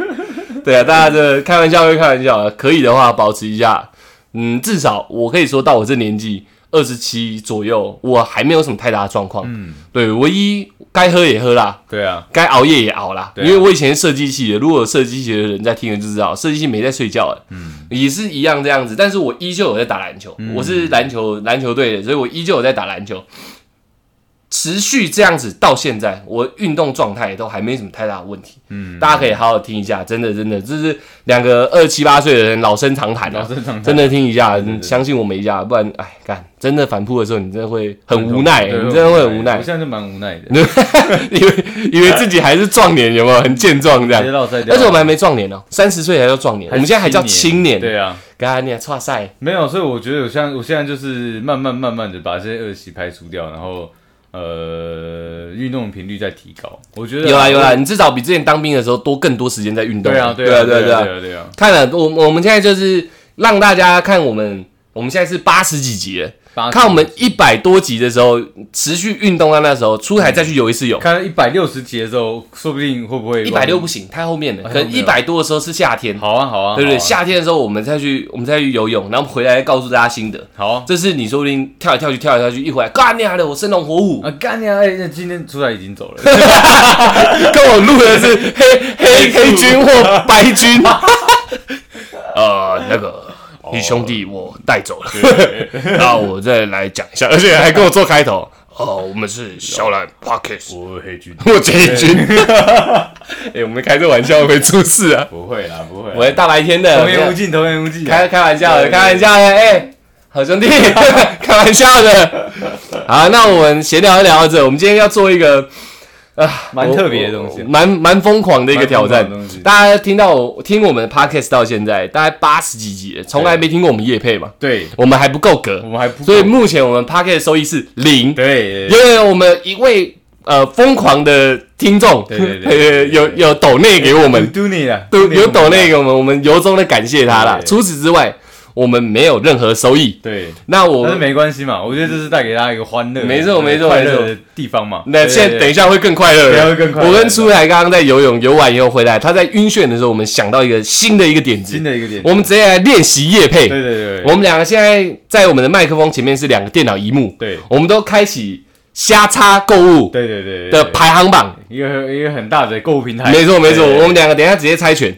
Speaker 1: 对啊，大家这开玩笑归开玩笑啊，可以的话保持一下。嗯，至少我可以说到我这年纪二十七左右，我还没有什么太大的状况。
Speaker 2: 嗯，
Speaker 1: 对，唯一该喝也喝啦，
Speaker 2: 对啊，
Speaker 1: 该熬夜也熬啦。
Speaker 2: 对啊
Speaker 1: 因为我以前是设计系的，如果有设计系的人在听的就知道，设计系没在睡觉的，嗯，也是一样这样子。但是我依旧有在打篮球，
Speaker 2: 嗯
Speaker 1: 我是篮球篮球队的，所以我依旧有在打篮球。持续这样子到现在，我运动状态都还没什么太大的问题。
Speaker 2: 嗯，
Speaker 1: 大家可以好好听一下，真的真的，这是两个二七八岁的人老生常谈
Speaker 2: 然
Speaker 1: 啊
Speaker 2: 后，正常
Speaker 1: 真的听一下，
Speaker 2: 对对
Speaker 1: 你相信我们一下，不然哎，干真的反扑的时候，你真的会很无奈，
Speaker 2: 对
Speaker 1: 你真的会很无
Speaker 2: 我
Speaker 1: 奈，
Speaker 2: 现在就蛮无奈的，
Speaker 1: 以为以为自己还是壮年，有没有很健壮这样
Speaker 2: 直接？落塞掉。
Speaker 1: 而且我们还没壮年哦，三十岁还叫壮年，我们现在还叫青年。
Speaker 2: 对啊，
Speaker 1: 干你啊，哇塞，
Speaker 2: 没有，所以我觉得我现在我现在就是慢慢慢慢的把这些恶习排除掉，然后呃运动频率再提高。我觉得
Speaker 1: 有啦有啦，，你至少比之前当兵的时候多更多时间在运动。
Speaker 2: 啊对啊
Speaker 1: 对
Speaker 2: 对啊
Speaker 1: 对
Speaker 2: 对
Speaker 1: 对
Speaker 2: 啊
Speaker 1: 啊。
Speaker 2: 对啊对啊，
Speaker 1: 看了我我们现在就是让大家看我们，我们现在是八十几集了，
Speaker 2: 八
Speaker 1: 看我们一百多集的时候，持续运动到那时候，出海再去游一次泳。
Speaker 2: 看一百六十集的时候，说不定会不会
Speaker 1: 一百六不行，太后面了。可能一百多的时候是夏天，
Speaker 2: 好啊好啊，
Speaker 1: 对不对？
Speaker 2: 下
Speaker 1: 夏天的时候我们再去，我们再去游泳，然后回来告诉大家心得。
Speaker 2: 好啊
Speaker 1: 这是你说不定跳来跳去，跳来跳去，一回来，干你娘的，我生龙活虎，
Speaker 2: 啊干呀！哎，那今天出来已经走了，
Speaker 1: 跟我录的是黑黑黑军或白军。 呃，那个你兄弟我带走了， 那我再来讲一下，而且还跟我做开头。哦，我们是小懒 Pockets，
Speaker 2: 我黑军，
Speaker 1: 我这一 军。哎，我们开这玩笑会出事啊！
Speaker 2: 不会啦，不会啦，
Speaker 1: 我大白天的，
Speaker 2: 童言无忌，童言无忌啊，
Speaker 1: 开开玩笑的，
Speaker 2: 对
Speaker 1: 开玩笑的，哎、好兄弟， 开玩笑的。 好，那我们闲聊一聊到这，我们今天要做一个
Speaker 2: 蛮特别的东西啊
Speaker 1: 我我，蛮蛮疯狂的一个挑
Speaker 2: 蛮
Speaker 1: 战
Speaker 2: 疯狂的东西。
Speaker 1: 大家听到我听我们的 podcast 到现在，大概八十几集了，从来没听过我们夜配嘛，
Speaker 2: 对，
Speaker 1: 我们还不够格
Speaker 2: 我，们还不
Speaker 1: 所以目前我们 podcast 收益是零，
Speaker 2: 对
Speaker 1: 因为我们一位呃疯狂的听众，
Speaker 2: 对对对
Speaker 1: 呃 有有抖内给我们，
Speaker 2: 嘟你啊，
Speaker 1: 都
Speaker 2: 嘟你
Speaker 1: 有抖那个我们，我们由衷的感谢他啦。
Speaker 2: 对
Speaker 1: 除此之外，我们没有任何收益。
Speaker 2: 对。
Speaker 1: 那我
Speaker 2: 但是没关系嘛，我觉得这是带给大家一个欢乐、
Speaker 1: 没错没错
Speaker 2: 快乐的地方嘛。
Speaker 1: 那现在等一
Speaker 2: 下，
Speaker 1: 下会更快乐
Speaker 2: 对
Speaker 1: 了，
Speaker 2: 会更快乐
Speaker 1: 我跟出来刚刚在游泳，游完以后回来，他在晕眩的时候，我们想到一个新的一个点子
Speaker 2: 新，的一个点，
Speaker 1: 我们直接来练习夜配。
Speaker 2: 对对对对，
Speaker 1: 我们两个现在在我们的麦克风前面是两个电脑荧幕，
Speaker 2: 对
Speaker 1: 我们都开启瞎插购物
Speaker 2: 对对对对
Speaker 1: 的
Speaker 2: 对
Speaker 1: 排行榜。
Speaker 2: 一个一个很大的购物平台，
Speaker 1: 没错没错，
Speaker 2: 对
Speaker 1: 我们两个等一下直接猜拳，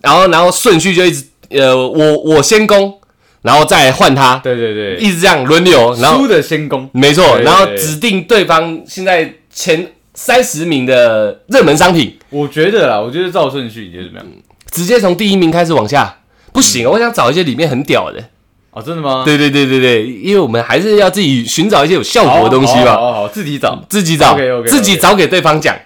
Speaker 1: 然后然后顺序就一直呃，我我先攻，然后再换他，
Speaker 2: 对对对对，
Speaker 1: 一直这样轮流，然后
Speaker 2: 输的先攻，
Speaker 1: 没错，
Speaker 2: 对
Speaker 1: 然后
Speaker 2: 对
Speaker 1: 指定对方现在前三十名的热门商品，
Speaker 2: 我觉得啦，我觉得照顺序你觉得怎么样？
Speaker 1: 嗯直接从第一名开始往下。不行，啊我想找一些里面很屌的。
Speaker 2: 哦，真的吗？
Speaker 1: 对对对对对，因为我们还是要自己寻找一些有效
Speaker 2: 好，
Speaker 1: 果的东西
Speaker 2: 好
Speaker 1: 吧，
Speaker 2: 好好，自己找。
Speaker 1: 自己找
Speaker 2: 哦 OK，OK，OK
Speaker 1: 自己找给对方讲。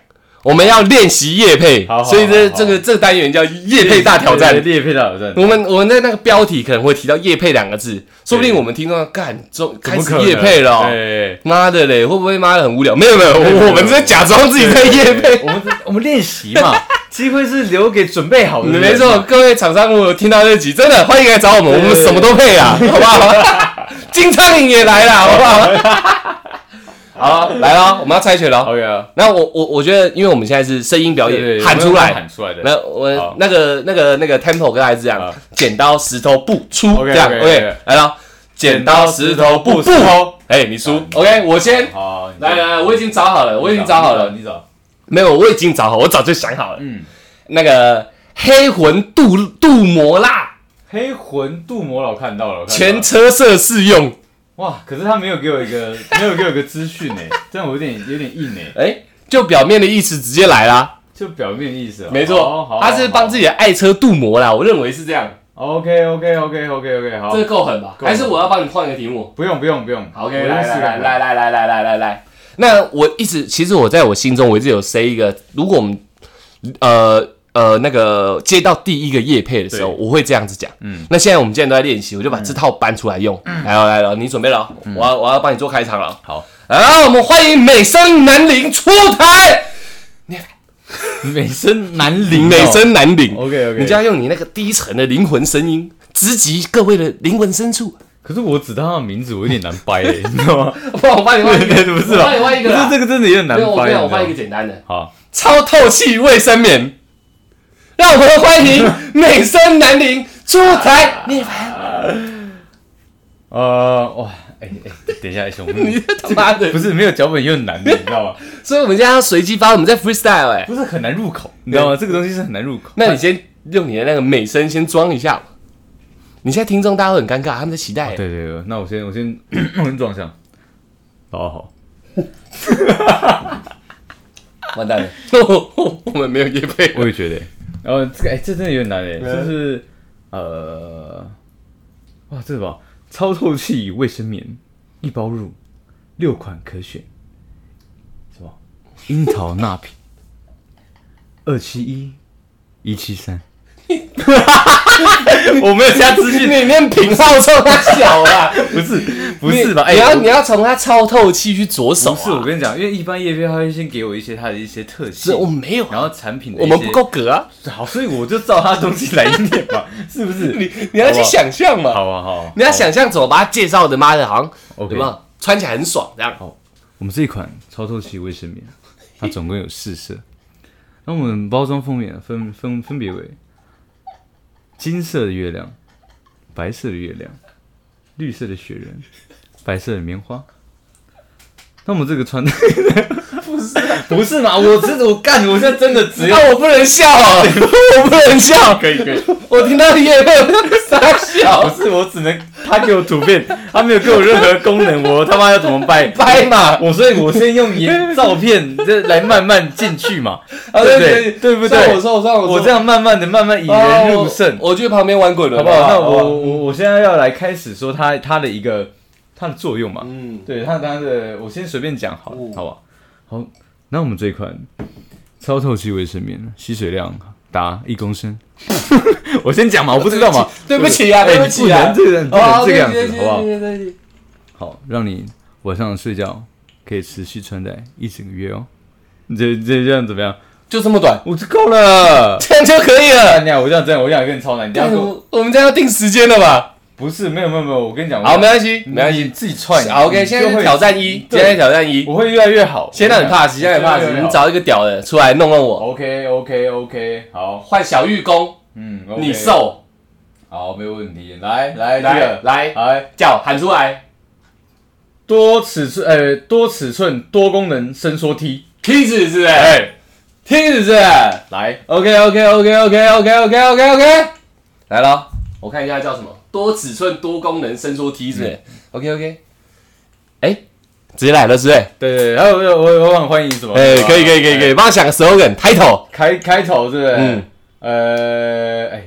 Speaker 1: 我们要练习夜配
Speaker 2: 好，好
Speaker 1: 所以这
Speaker 2: 好好
Speaker 1: 这个这个单元叫夜配大挑战
Speaker 2: 对。对对猎配大挑战，
Speaker 1: 我们我们在那个标题可能会提到“叶配”两个字，说不定我们听众干中
Speaker 2: 怎
Speaker 1: 开
Speaker 2: 么
Speaker 1: 始
Speaker 2: 可能
Speaker 1: 叶配了哦、
Speaker 2: 对，
Speaker 1: 妈的嘞，会不会妈的很无聊？没 有没有，
Speaker 2: 对对
Speaker 1: 我我们在假装自己在叶
Speaker 2: 对对
Speaker 1: 配。
Speaker 2: 对我们我们练习 嘛，机会是留给准备好的人。
Speaker 1: 没错，各位厂商如果有听到这集，真的欢迎来找我们，我们什么都配啊，好不 好？金苍蝇也来了，好不好？ 好，来了，我们要猜拳了。
Speaker 2: ，OK 啊，
Speaker 1: 那我我我觉得，因为我们现在是声音表
Speaker 2: 对对
Speaker 1: 演，
Speaker 2: 对
Speaker 1: 喊
Speaker 2: 我
Speaker 1: 出
Speaker 2: 们要
Speaker 1: 来
Speaker 2: 喊。出来的。
Speaker 1: 那我
Speaker 2: 好
Speaker 1: 那个那个那个 tempo 跟大家是这样
Speaker 2: 好，
Speaker 1: 剪刀石头布出
Speaker 2: OK，
Speaker 1: 这样
Speaker 2: OK，
Speaker 1: OK，
Speaker 2: OK
Speaker 1: 来了，剪刀石头布布
Speaker 2: 剪刀石头，
Speaker 1: 哎，你输
Speaker 2: 好
Speaker 1: OK，我先
Speaker 2: 好，你
Speaker 1: 来来，来，我已经找好了，我已经找好了，
Speaker 2: 你找。
Speaker 1: 没有，我已经找好，我早就想好了，
Speaker 2: 嗯，
Speaker 1: 那个黑魂镀镀膜蜡
Speaker 2: 黑魂镀膜老看到了，我看到了
Speaker 1: 全车色适用，
Speaker 2: 哇，可是他没有给我一个， 没有给我一个资讯呢，这样我有点有点硬呢，
Speaker 1: 哎，就表面的意思直接来啦，
Speaker 2: 就表面意思啊。
Speaker 1: 没
Speaker 2: 好
Speaker 1: 错
Speaker 2: 好，
Speaker 1: 他是帮自己的爱车镀膜啦，我认为是这样，
Speaker 2: OK OK OK OK OK 好
Speaker 1: 这，个够狠吧？
Speaker 2: 够狠
Speaker 1: 还是我要帮你换个题目？
Speaker 2: 不用不用不用
Speaker 1: 好，OK，
Speaker 2: 我认
Speaker 1: 来
Speaker 2: 识
Speaker 1: 来
Speaker 2: 了
Speaker 1: 来来来来来来来来，那我一直其实我在我心中我一直有 say 一个，如果我们呃呃那个接到第一个叶配的时候，
Speaker 2: 对
Speaker 1: 我会这样子讲。嗯
Speaker 2: 嗯，
Speaker 1: 那现在我们既然都在练习，我就把这套搬出来用。来了来了，你准备了哦，我要我要帮你做开场了哦。
Speaker 2: 好，
Speaker 1: 啊，我们欢迎美声南林出台，
Speaker 2: 美声哦男
Speaker 1: 林
Speaker 2: 伶
Speaker 1: 美声南林
Speaker 2: OK，OK
Speaker 1: 你就要用你那个低沉的灵魂声音，直击各位的灵魂深处。
Speaker 2: 可是我指他的名字，我有点难掰 耶，你知道吗？
Speaker 1: 不， 我帮你 换一个，
Speaker 2: 不是
Speaker 1: 我
Speaker 2: 吧？
Speaker 1: 帮你换一个
Speaker 2: 可
Speaker 1: 啦
Speaker 2: 是。这个真的有点难
Speaker 1: 没有，我
Speaker 2: 掰
Speaker 1: 没有，
Speaker 2: 你
Speaker 1: 我
Speaker 2: 知道
Speaker 1: 换一
Speaker 2: 吗
Speaker 1: 个。简单的。
Speaker 2: 好，
Speaker 1: 超透气卫生棉。让我们欢迎美声南宁出台 聂凡。
Speaker 2: 呃，哇，哎哎，等一下，熊，
Speaker 1: 你他妈的
Speaker 2: 不！是没有脚本又很难，你知道吗？
Speaker 1: 所以我们现在要随机发，我们在 freestyle 哎、
Speaker 2: 不是很难入口，你知道吗？这个东西是很难入口。
Speaker 1: 那你先用你的那个美声先装一下嘛。你现在听众大家会很尴尬，他们在期待、
Speaker 2: 哦对对对，那我先我先 我先撞相。大家好，
Speaker 1: 完蛋了， 我们没有叶配。
Speaker 2: 我也觉得。然后这个哎，这真的有点难哎，就是呃，哇，这个吧，超透气卫生棉一包入，六款可选，什么樱桃纳品，二七一，一七三，我没有加资讯，
Speaker 1: 你念平号冲他小啦，
Speaker 2: 不是 不是吧？哎、
Speaker 1: 你要你
Speaker 2: 我
Speaker 1: 要从他超透气去着手、啊。
Speaker 2: 不是我跟你讲，因为一般叶片他会先给我一些他的一些特
Speaker 1: 是我
Speaker 2: 性，
Speaker 1: 没有啊，
Speaker 2: 然后产品的
Speaker 1: 我
Speaker 2: 一
Speaker 1: 们
Speaker 2: 些
Speaker 1: 不够格啊，
Speaker 2: 好，所以我就照他的东西来念嘛，是不是？
Speaker 1: 你你要去想象嘛，
Speaker 2: 好啊好啊，
Speaker 1: 你要想象怎么把它介绍的，妈的，好像
Speaker 2: OK
Speaker 1: 有没有穿起来很爽这样？
Speaker 2: 我们这一款超透气卫生 棉，它总共有四色。那我们包装封面分分分别为金色的月亮、白色的月亮、绿色的雪人、白色的棉花。那我们这个穿不是、 不是啊嘛？我真的我干，我现在真的只
Speaker 1: 那我不能笑 啊，我不能笑，
Speaker 2: 可以可以，
Speaker 1: 我听到 啊叶片 傻笑，
Speaker 2: 不是我只能他给我图片，他没有给我任何功能，我他妈要怎么 掰？
Speaker 1: 拍嘛，
Speaker 2: 我所以，我先用颜照片这来慢慢进去 嘛，
Speaker 1: 啊
Speaker 2: 对不对？对不
Speaker 1: 算我
Speaker 2: 对？
Speaker 1: 说我说
Speaker 2: 我这样慢慢的、慢慢引人入胜，
Speaker 1: 我去旁边玩滚轮
Speaker 2: 好不好？那我
Speaker 1: 好哦
Speaker 2: 我我现在要来开始说它它的一个它的作用嘛，
Speaker 1: 嗯，
Speaker 2: 对它它的，我先随便讲好了
Speaker 1: 嗯，
Speaker 2: 好吧？好，那我们这一款超透气卫生棉，吸水量达一公升。 我先讲嘛，我不知道嘛，
Speaker 1: 对不起啊
Speaker 2: 哎
Speaker 1: 对不起啊哦
Speaker 2: 你不能这个哦你不能这个样
Speaker 1: 对
Speaker 2: 子，好不好？
Speaker 1: 对对对对
Speaker 2: 好，让你晚上睡觉可以持续穿戴一整个月哦。你这这这样怎么样？
Speaker 1: 就这么短，
Speaker 2: 我这够了。
Speaker 1: 这样就可以了。
Speaker 2: 干你啊！我这样真的，我这样跟你超难。你这样
Speaker 1: 干
Speaker 2: 跟我
Speaker 1: 我我们这样要定时间了吧？
Speaker 2: 不是没有没有没有，我跟你讲，
Speaker 1: 好，嗯
Speaker 2: 我
Speaker 1: 没关系，
Speaker 2: 你
Speaker 1: 没关系
Speaker 2: 你。自己串。
Speaker 1: 好，OK，
Speaker 2: 你
Speaker 1: 现在
Speaker 2: 就会
Speaker 1: 是挑，战一，现
Speaker 2: 对
Speaker 1: 在是挑战一，
Speaker 2: 我会越来越好。
Speaker 1: 先让你 pass，
Speaker 2: 我
Speaker 1: 先让你 pass，你。找一个屌的出来弄弄我，
Speaker 2: OK OK OK，好，
Speaker 1: 哦换小玉工，
Speaker 2: 嗯，
Speaker 1: 你，瘦，
Speaker 2: 好，没有问题。来来
Speaker 1: 来
Speaker 2: 来
Speaker 1: 来
Speaker 2: 来，
Speaker 1: 叫喊出来
Speaker 2: 多尺寸呃多尺寸多功能伸缩梯，
Speaker 1: 梯子是不是？
Speaker 2: 哎，
Speaker 1: 梯子是不是
Speaker 2: 来，
Speaker 1: ？OK OK OK OK OK OK OK OK，来了，我看一下叫什么，多尺寸多功能伸缩梯子，OK OK，哎，直接来了是不是？
Speaker 2: 对对，还有我我我很欢迎什么？
Speaker 1: 哎，可以可以可以可以，帮我想个 slogan 开头，
Speaker 2: 开开头是不是？
Speaker 1: 嗯
Speaker 2: 呃，哎、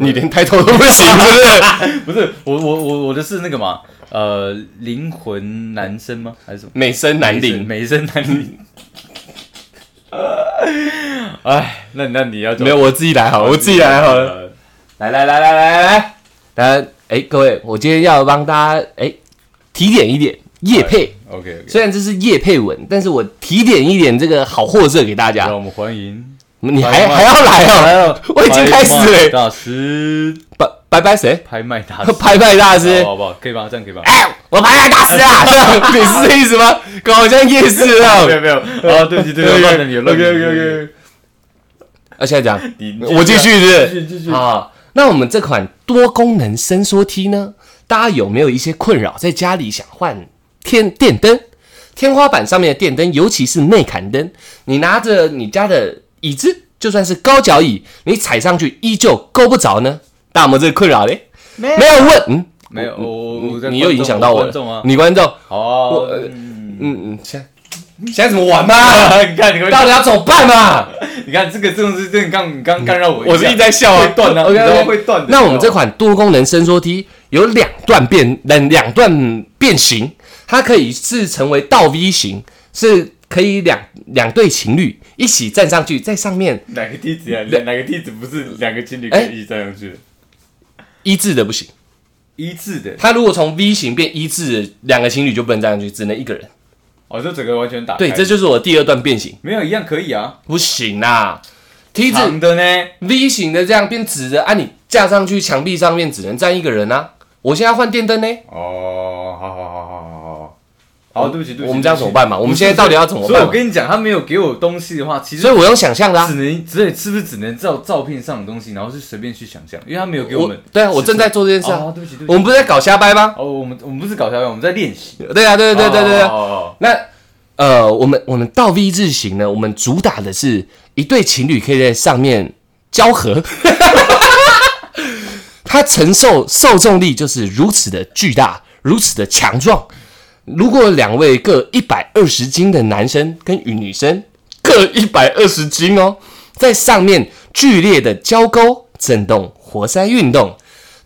Speaker 1: 你连开头都不行是不是？
Speaker 2: 不是，我我我我的是那个嘛，呃，灵魂男生吗？还是什么？
Speaker 1: 美声难领，
Speaker 2: 美声男领。 哎，那那你要怎
Speaker 1: 没
Speaker 2: 么
Speaker 1: 有，我自己来好了，我自己来好了。
Speaker 2: 呃
Speaker 1: 来来来来来来来，哎，各位，我今天要帮大家哎提点一点叶配，
Speaker 2: OK OK，
Speaker 1: 虽然这是叶配文，但是我提点一点这个好货色给大
Speaker 2: 让
Speaker 1: 家。
Speaker 2: 我们欢迎
Speaker 1: 你
Speaker 2: 白
Speaker 1: 还
Speaker 2: 麦
Speaker 1: 还要来哦？我已经开始
Speaker 2: 拍卖
Speaker 1: 了。
Speaker 2: 大师
Speaker 1: 拜拜拜谁？
Speaker 2: 拍卖大师
Speaker 1: 拍卖大师
Speaker 2: 好。好不好？可以吧？这样可以吧？
Speaker 1: 哎，我拍卖大师啊！ 这样你是这意思吗？搞得像夜市 啊
Speaker 2: 没！有没有啊，对不起对不起，乱了你乱了
Speaker 1: OK
Speaker 2: 你
Speaker 1: OK OK。啊，现在讲，
Speaker 2: 你
Speaker 1: 我继续是不
Speaker 2: 继
Speaker 1: 是
Speaker 2: 续继续，
Speaker 1: 啊，那我们这款多功能伸缩梯呢，大家有没有一些困扰？在家里想换天电灯，天花板上面的电灯，尤其是内砍灯，你拿着你家的椅子，就算是高脚椅，你踩上去依旧够不着呢？大家有没有这个困扰嘞？没有问，嗯，
Speaker 2: 没有我我我在
Speaker 1: 你又
Speaker 2: 观
Speaker 1: 影
Speaker 2: 众
Speaker 1: 响到我
Speaker 2: 观众啊
Speaker 1: 了，，你观众，
Speaker 2: 好啊，
Speaker 1: 我
Speaker 2: 嗯
Speaker 1: 嗯嗯，现在现在怎么玩嘛、
Speaker 2: 啊！你看，你看
Speaker 1: 到底要怎么办嘛、
Speaker 2: 你看，这个这种是这刚你刚干扰我一下，
Speaker 1: 我是一直在笑啊，
Speaker 2: 会断啊
Speaker 1: OK，
Speaker 2: 你知道会断的
Speaker 1: 那我们这款多功能伸缩梯有两段变，两两段变形，它可以是成为倒 V 型，是可以两两对情侣一起站上去，在上面
Speaker 2: 哪个梯子啊？哪哪个梯子不是两个情侣可以一起站上去的？
Speaker 1: 一字的不行。
Speaker 2: 一致的，
Speaker 1: 它如果从 V 型变一字的，两个情侣就不能站上去，只能一个人。
Speaker 2: 哦，就整个完全打开
Speaker 1: 对，这就是我第二段变形，
Speaker 2: 没有一样可以啊，
Speaker 1: 不行啦。梯子
Speaker 2: 长的呢？
Speaker 1: V 型的这样变直的，啊，你架上去墙壁上面只能站一个人啊。我现在换电灯呢，
Speaker 2: 哦，好好好好好好，好，对不起对不起，
Speaker 1: 我们这样怎么
Speaker 2: 对不起？
Speaker 1: 办嘛？我们现在到底要怎么
Speaker 2: 所以
Speaker 1: 办
Speaker 2: 我
Speaker 1: 嘛？
Speaker 2: 跟你讲，他没有给我东西的话，其实
Speaker 1: 所以我用想象的、啊
Speaker 2: 只。能只能是不是只能照照片上的东西，然后是随便去想象，因为他没有给
Speaker 1: 我
Speaker 2: 们。
Speaker 1: 对啊，我正在做这件事啊。
Speaker 2: 哦，对不起对不
Speaker 1: 我们
Speaker 2: 起，
Speaker 1: 不是在搞瞎掰吗？
Speaker 2: 哦，我们我们不是搞笑，我们在练习。
Speaker 1: 对啊，对对对对对。
Speaker 2: 哦哦哦哦
Speaker 1: 那呃，我们我们倒 V 字形呢，我们主打的是一对情侣可以在上面交合， 它承受受重力就是如此的巨大，如此的强壮。如果两位各一百二十斤的男生跟与女生各一百二十斤哦，在上面剧烈的交勾、震动、活塞运动，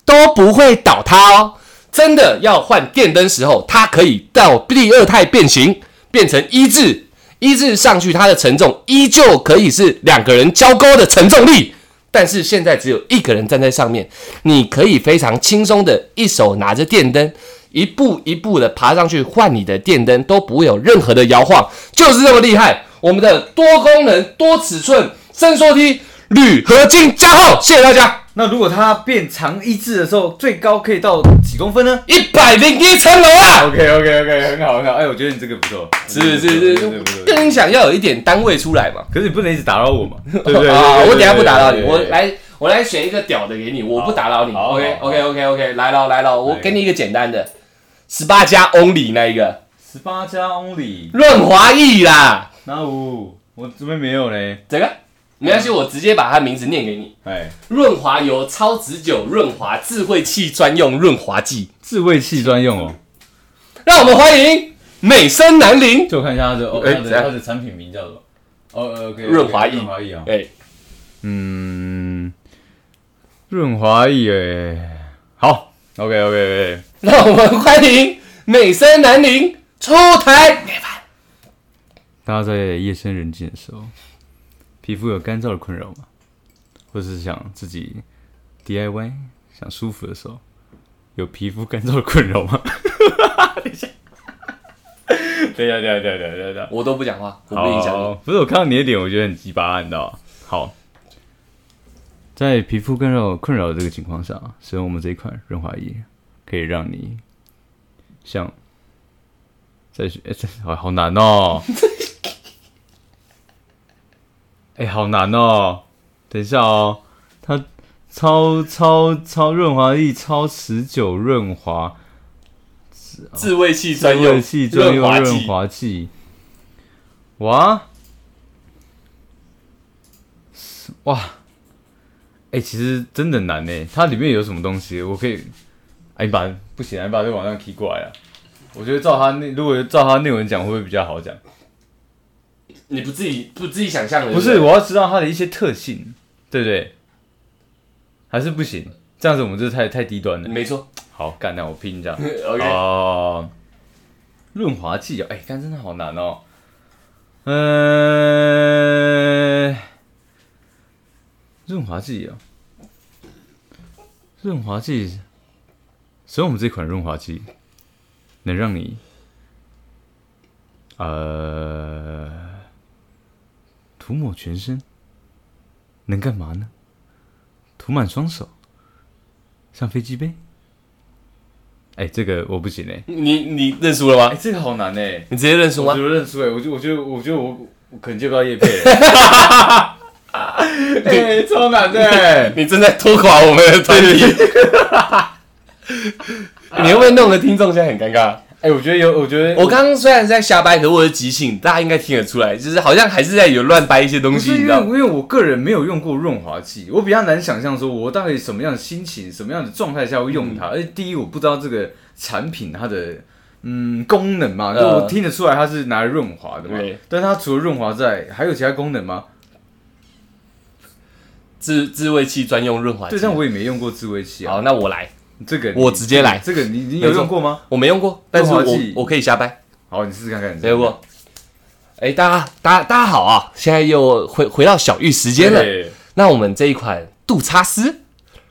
Speaker 1: 都不会倒塌哦。真的要换电灯时候，它可以到第二态变形，变成一字，一字上去，它的承重依旧可以是两个人交勾的承重力，但是现在只有一个人站在上面，你可以非常轻松的一手拿着电灯，一步一步的爬上去换你的电灯，都不会有任何的摇晃，就是这么厉害。我们的多功能、多尺寸伸缩梯铝合金加厚，谢谢大家。
Speaker 2: 那如果它变长一字的时候，最高可以到几公分呢
Speaker 1: 一百零一层楼啊！
Speaker 2: ？OK OK OK，很好很好。哎，我觉得你这个不错，
Speaker 1: 是是
Speaker 2: 我觉得
Speaker 1: 是
Speaker 2: 你这个不错我觉得你这个不错。
Speaker 1: 跟你讲要有一点单位出来嘛。
Speaker 2: 可是你不能一直打 扰我嘛，哎对不对？
Speaker 1: 啊，
Speaker 2: 对
Speaker 1: 我等一下不打扰你，
Speaker 2: 对对
Speaker 1: 我
Speaker 2: 对
Speaker 1: 来我来选一个屌的给你，我不打扰你。
Speaker 2: 好
Speaker 1: OK
Speaker 2: 好
Speaker 1: OK OK OK，来了来了，我
Speaker 2: 来
Speaker 1: 给你一个简单的，十八加 only 那一个
Speaker 2: 十八加 only，
Speaker 1: 润滑液啦，
Speaker 2: 那五，我这边没有嘞。
Speaker 1: 这个没关系，我直接把它名字念给你。
Speaker 2: 哎，
Speaker 1: 润滑油超持久润滑智慧器专用润滑剂，
Speaker 2: 自慰器专用哦。
Speaker 1: 让我们欢迎美声男伶。
Speaker 2: 就看一下它的哦，
Speaker 1: 哎
Speaker 2: 它
Speaker 1: 怎样
Speaker 2: 的它的产品名叫什么？哦呃，OK，
Speaker 1: 润滑液
Speaker 2: 润滑液啊。
Speaker 1: 哎，
Speaker 2: 嗯，润滑液，哎，好，OK OK OK，
Speaker 1: 让我们欢迎美声男伶出台。
Speaker 2: 大家在夜深人静的时候，皮肤有干燥的困扰吗？或者是想自己 DIY 想舒服的时候，有皮肤干燥的困扰吗？ 等一下，等一下，等一下，等一下，等一下，
Speaker 1: 我都不讲话，我
Speaker 2: 好，
Speaker 1: 不影响你。
Speaker 2: 不是我看到你的脸，我觉得很鸡巴，你知道吗？好，在皮肤干扰困扰的这个情况下，使用我们这一款润滑液，可以让你像在学，哎、 这好好难哦， 哎、好难哦，等一下哦，它超超超润滑液，超持久润滑，
Speaker 1: 自慰器
Speaker 2: 专
Speaker 1: 专用
Speaker 2: 用器专用
Speaker 1: 润滑
Speaker 2: 润
Speaker 1: 剂，
Speaker 2: 滑剂。哇哇，哎、其实真的难呢。它里面有什么东西？我可以，哎、你把不行啊，你把这个往上踢过来啊。我觉得照它内，如果照它内文讲，会不会比较好讲？
Speaker 1: 你不自己不自己想象的，
Speaker 2: 不
Speaker 1: 对
Speaker 2: 是，
Speaker 1: 对
Speaker 2: 我要知道它的一些特性，对不对？还是不行？这样子我们这太太低端了。
Speaker 1: 没错。
Speaker 2: 好，干那我拼一下。
Speaker 1: OK，
Speaker 2: 哦，润滑剂哦，哎、干真的好难哦。呃，润滑剂哦，润滑剂，所以我们这款润滑剂能让你呃涂抹全身，能干嘛呢？涂满双手，像飞机杯。哎、这个我不行哎、
Speaker 1: 你你认输了
Speaker 2: 哎、
Speaker 1: 吗？
Speaker 2: 这个好难哎、欸，
Speaker 1: 你直接认输
Speaker 2: 我
Speaker 1: 吗
Speaker 2: 觉？得认输哎、我就我觉得我觉得我我可能接不到叶配、 哎、超难的、 欸，
Speaker 1: 你正在拖垮我们的团体。 你会不会弄得听众现在很尴尬？
Speaker 2: 哎、我觉得有，我觉得
Speaker 1: 我刚刚虽然是在瞎掰，可是我的即兴，大家应该听得出来，就是好像还是在有乱掰一些东
Speaker 2: 不
Speaker 1: 西，
Speaker 2: 是
Speaker 1: 你
Speaker 2: 因
Speaker 1: 知
Speaker 2: 为
Speaker 1: 道吗？
Speaker 2: 因为我个人没有用过润滑剂，我比较难想象说我到底什么样的心情、什么样的状态下会用它。而且第一，我不知道这个产品它的嗯功能嘛，
Speaker 1: 呃
Speaker 2: 就我听得出来它是拿来润滑的嘛
Speaker 1: 对。
Speaker 2: 但它除了润滑之外，还有其他功能吗？
Speaker 1: 自自慰器专用润滑剂
Speaker 2: 对，。但我也没用过自慰器啊
Speaker 1: 好，。那我来，
Speaker 2: 这个你
Speaker 1: 我直接来
Speaker 2: 这个你你有
Speaker 1: 没错
Speaker 2: 用过吗？
Speaker 1: 我没用过，但是我
Speaker 2: 润滑剂
Speaker 1: 我可以瞎掰。
Speaker 2: 好，你试试看看。你试
Speaker 1: 没
Speaker 2: 试
Speaker 1: 有
Speaker 2: 看
Speaker 1: 过。哎，大家大家大家好啊！现在又回回到小玉时间了。
Speaker 2: 对
Speaker 1: 那我们这一款杜擦丝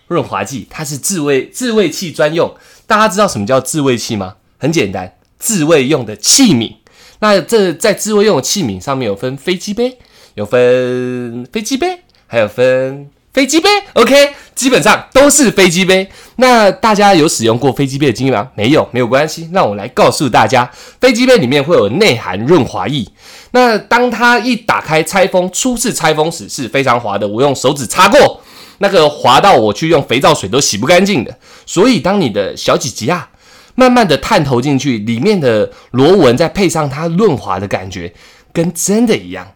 Speaker 1: 润滑剂，它是自慰自慰器专用。大家知道什么叫自慰器吗？很简单，自慰用的器皿。那这在自慰用的器皿上面有分飞机杯，有分飞机杯，还有分飞机杯。OK，基本上都是飞机杯。那大家有使用过飞机杯的经验吗？没有，没有关系。那我来告诉大家，飞机杯里面会有内含润滑液。那当它一打开拆封，初次拆封时是非常滑的，我用手指擦过，那个滑到我去用肥皂水都洗不干净的。所以当你的小姐姐啊，慢慢的探头进去，里面的螺纹再配上它润滑的感觉，跟真的一样。